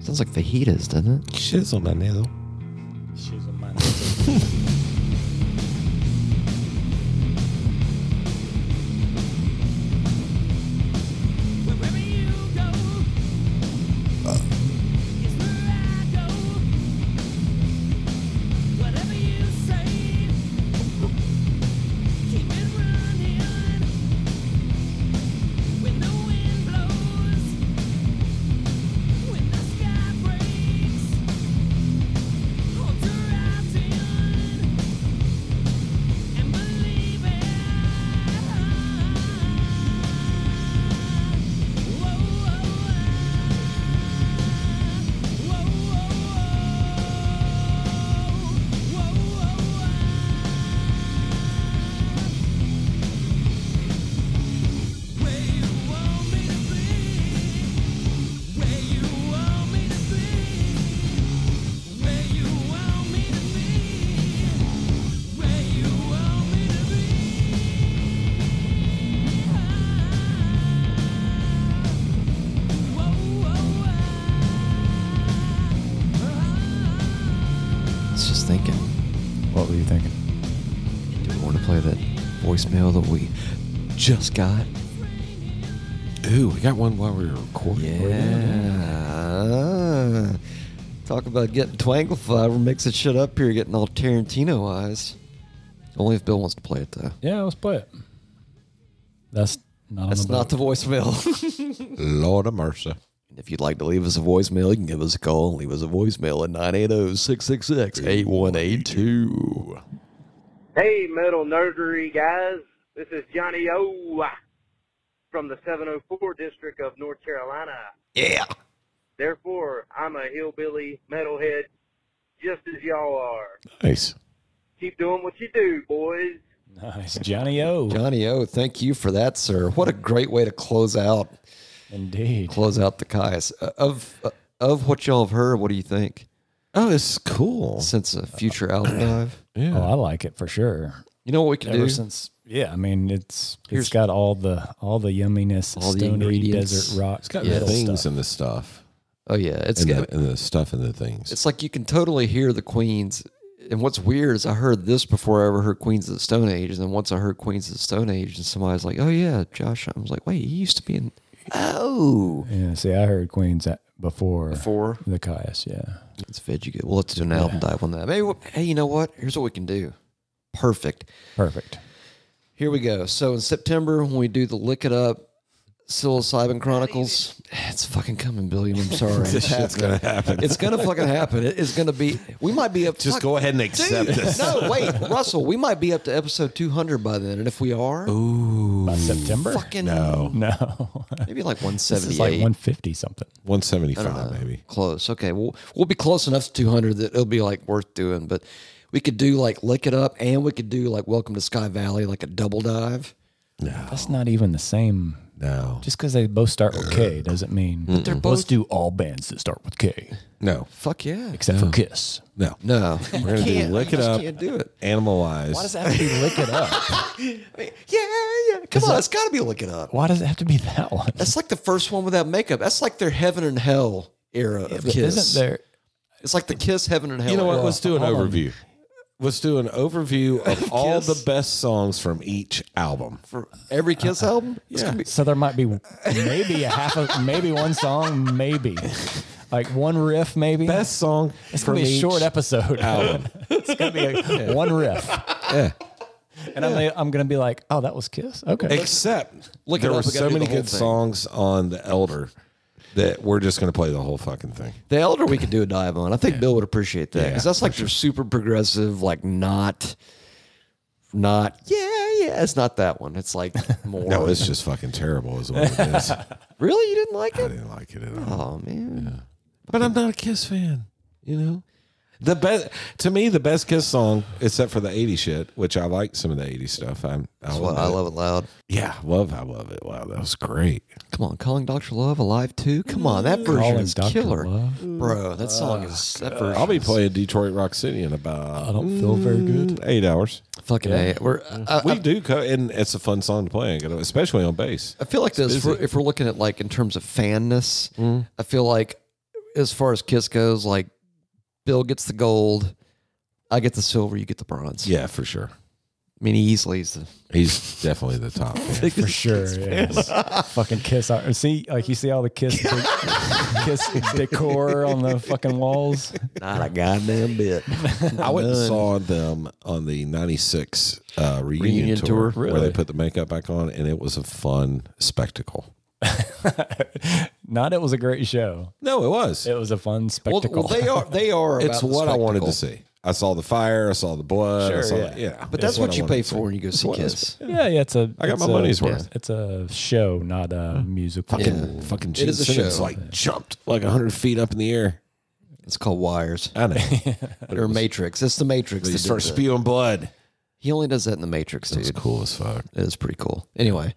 S1: Sounds like fajitas, doesn't it?
S2: Shit's on that nail.
S8: Wherever you go, is where I go. Whatever you say, keep it running. When the wind blows, when the sky breaks, hold your eyes in and believe it.
S1: I was just thinking.
S3: What were you thinking?
S1: Do we want to play that voicemail that we just got?
S2: Ooh, we got one while we were recording.
S1: Yeah. Talk about getting twanglified. We're mixing shit up here, getting all Tarantino eyes. Only if Bill wants to play it, though.
S3: Yeah, let's play it. That's not.
S1: That's
S3: on the
S1: not the voicemail.
S2: Lord of mercy.
S1: If you'd like to leave us a voicemail, you can give us a call and leave us a voicemail at 980 666 8182.
S9: Hey, metal nerdery guys. This is Johnny O from the 704 district of North Carolina. Yeah. Therefore, I'm a hillbilly metalhead just as y'all are.
S2: Nice.
S9: Keep doing what you do, boys.
S3: Nice, Johnny O.
S1: Johnny O, thank you for that, sir. What a great way to close out
S3: Indeed.
S1: close out the Caius. Uh, Of uh, of what y'all have heard, what do you think?
S2: Oh, this is cool.
S1: Since a future album dive,
S2: Yeah.
S3: Oh, I like it for sure.
S1: you know what we can
S3: Ever
S1: do.
S3: since, yeah, I mean, it's
S1: Here's-
S3: it's got all the all the yumminess,
S1: All the
S3: stony
S1: ingredients.
S3: desert rock.
S2: it's got
S1: Yeah.
S2: the things
S3: stuff.
S2: and the stuff.
S1: oh yeah, it's
S2: And the, and the stuff and the things.
S1: it's like you can totally hear the Queens. And what's weird is I heard this before I ever heard Queens of the Stone Age, and then once I heard Queens of the Stone Age, and somebody's like, "Oh yeah, Josh," I was like, "Wait, he used to be in." Oh,
S3: Yeah, see, I heard Queens at, before,
S1: Before?
S3: the Caius. Yeah,
S1: It's veggie good. We'll have to do an album dive on that. Maybe. we hey, you know what? Here's what we can do. Perfect.
S3: perfect.
S1: Here we go. So in September, when we do the Lick It Up Psilocybin Chronicles, it's fucking coming, Billiam. I'm sorry. it's
S2: gonna happen.
S1: It's gonna fucking happen. It is gonna be. We might be up.
S2: Just
S1: fuck,
S2: go ahead and
S1: dude,
S2: accept this.
S1: No, wait, Russell. We might be up to episode 200 by then, and if we are,
S3: By September,
S1: fucking
S2: No.
S3: no,
S1: maybe like
S3: this
S1: 178.
S3: is like 150 something.
S1: I don't
S2: 175,
S1: know.
S2: maybe.
S1: Close. Okay. We'll, we'll be close enough to 200 that it'll be like worth doing. But we could do like Lick It Up and we could do like Welcome to Sky Valley, like a double dive.
S3: That's not even the same.
S2: No.
S3: Just because they both start with K doesn't mean they're both. Let's do all bands that start with K
S2: No.
S1: Fuck yeah.
S3: except for Kiss.
S2: No.
S1: No.
S2: We're going to do lick it up,
S1: can't do it.
S2: animalize.
S3: Why does it have to be Lick It Up?
S1: Yeah, yeah. Come on. it's got to be Lick It Up.
S3: Why does it have to be that one?
S1: That's like the first one without makeup. That's like their heaven and hell era of Kiss.
S3: Isn't there?
S1: It's like the Kiss heaven and hell
S2: You know what?
S1: era.
S2: Let's do an
S3: hold on.
S2: overview. Let's do an overview of all
S1: Kiss.
S2: the best songs from each album.
S1: For every Kiss
S2: Uh,
S1: album? It's
S2: Yeah.
S1: gonna be-
S3: So there might be maybe a half of maybe one song, maybe like one riff, maybe.
S2: Best song
S3: it's
S2: from
S3: gonna be a
S2: each
S1: Oh.
S3: short episode.
S2: album.
S3: it's gonna be a, one riff.
S2: yeah.
S3: and I'm, gonna- I'm gonna be like, oh, that was Kiss. Okay,
S2: Except
S1: Look it
S2: there
S1: up,
S2: were
S1: we gotta
S2: so
S1: do
S2: many
S1: the whole
S2: good
S1: thing.
S2: songs on The Elder that we're just going to play the whole fucking thing.
S1: The Elder we could do a dive on. I think Bill would appreciate that because that's like your super progressive, like not, not yeah yeah. It's not that one. It's like more.
S2: No, it's just fucking terrible, is what it is. I
S1: really you didn't like it.
S2: didn't like it at all.
S1: Oh man,
S2: But I'm not a Kiss fan, you know. The best to me, the best Kiss song, except for the '80s shit, which I like some of the '80s stuff. I'm, I,
S1: that's what I love it loud.
S2: Yeah, love, I love it. Wow, that was great.
S1: Come on, calling Doctor Love alive too. Come on, that version
S3: Calling
S1: is
S3: Dr.
S1: killer,
S3: Love?
S1: bro. That song is that version.
S2: Uh, I'll be
S1: is
S2: playing Detroit Rock City in about mm,
S3: I don't feel very good.
S2: eight hours.
S1: fucking. A. We're, I,
S2: We
S1: I,
S2: do, co- and it's a fun song to play, especially on bass.
S1: I feel like this. If
S2: busy. Mm.
S1: we're, if we're looking at like in terms of fanness, I feel like as far as Kiss goes, like Bill gets the gold, I get the silver, you get the bronze.
S2: Yeah, for sure.
S1: I mean, he easily is the
S2: He's definitely the top. fan.
S3: For sure, yeah. fucking kiss. Art. See, like you see all the kiss, kiss decor on the fucking walls.
S1: not a goddamn bit.
S2: I went and saw them on the '96 uh, reunion,
S1: Reunion
S2: tour,
S1: tour,
S2: where
S1: really?
S2: they put the makeup back on, and it was a fun spectacle.
S3: Not it was a great show.
S2: No, it was.
S3: It was a fun
S2: Well,
S3: spectacle.
S2: well, they are. They are.
S1: It's
S2: about the
S1: what I wanted to
S2: spectacle. I saw the fire. I saw the blood. I
S3: Sure,
S2: saw
S3: yeah.
S2: The, yeah.
S1: But that's what, you pay for when you go see
S2: what it is.
S1: Kiss.
S3: yeah, yeah. It's a.
S2: I got
S3: it's
S2: my
S3: a-
S2: money's worth. Mm.
S3: It's a show, not a musical.
S2: Fucking, fucking Gene
S1: It is a
S2: Simmons,
S1: show.
S2: like jumped like hundred feet up in the air.
S1: It's called Wires
S2: I know. But it
S1: or
S2: was-
S1: Matrix. It's the Matrix.
S2: They
S1: that
S2: start
S1: did that.
S2: spewing blood.
S1: He only does that in the Matrix, dude.
S2: It's cool as fuck.
S1: It is pretty cool. Anyway,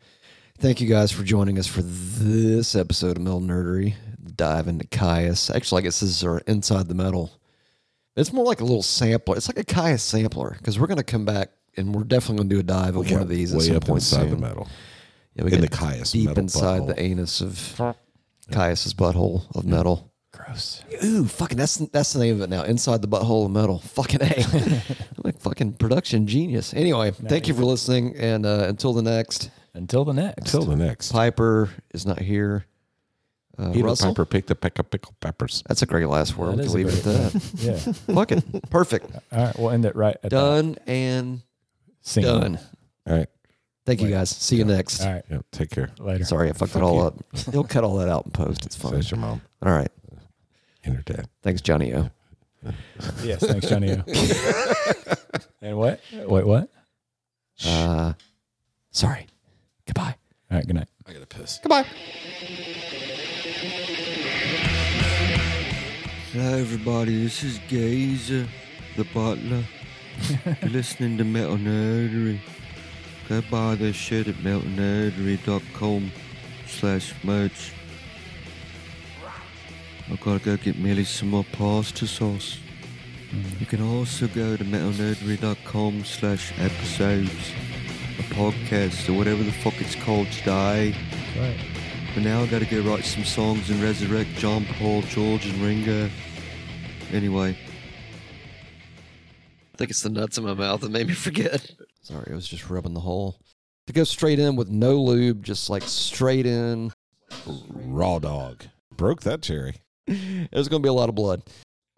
S1: thank you guys for joining us for this episode of Metal Nerdery. Dive into Caius. Actually, I guess this is our Inside the Metal. It's more like a little sampler. It's like a Caius sampler because we're going to come back and we're definitely going to do a dive of one of these at
S2: way
S1: some
S2: up
S1: point
S2: inside
S1: soon.
S2: the metal.
S1: Yeah, we
S2: in
S1: get
S2: the Caius
S1: deep
S2: metal
S1: inside
S2: butthole.
S1: the anus of Caius's butthole of metal.
S3: Gross.
S1: Ooh, fucking that's that's the name of it now. Inside the butthole of metal. Fucking a, I'm a fucking production genius. Anyway, thank you for listening, and uh, until the next.
S3: Until the next.
S2: Till the next.
S1: Piper is not here. Uh,
S2: Peter
S1: Russell.
S2: Piper picked a peck of pickled peppers.
S1: That's a great last word. we
S3: That is
S1: can
S3: a
S1: leave it at
S3: great
S1: that.
S3: Yeah.
S1: Fuck it. Perfect.
S3: All right. We'll end it right at that.
S1: Done and
S3: Sing.
S1: done.
S2: All right.
S1: Thank you guys. See you next.
S3: All right.
S2: Yeah, take care.
S3: Later.
S1: Sorry, I fucked it all up. He'll cut all that out in post. It's fine.
S2: Says your mom
S1: All right.
S2: and her dad.
S1: Thanks, Johnny O.
S3: Yes. Thanks, Johnny. O. and what? Wait, what?
S1: Uh, sorry. Goodbye.
S3: All right. Good night.
S2: I gotta piss.
S5: Hello, everybody. This is Gazer, the butler. You're listening to Metal Nerdery. Go buy their shit at metalnerdery.com slash merch. I've got to go get Millie some more pasta sauce. You can also go to metalnerdery.com slash episodes, a podcast, or whatever the fuck it's called today.
S3: Right.
S5: But now I gotta go write some songs and resurrect John Paul, George, and Ringo. Anyway.
S1: I think it's the nuts in my mouth that made me forget. Sorry, I was just rubbing the hole. To go straight in with no lube, just like straight in.
S2: Raw dog. Broke that cherry.
S1: There's going to be a lot of blood.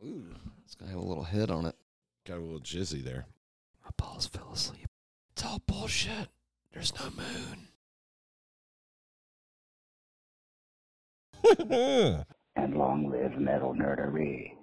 S1: Ooh, it's going to have a little head on it.
S2: Got a little jizzy there.
S1: My balls fell asleep. It's all bullshit. There's no moon.
S2: yeah,
S4: And long live metal nerdery.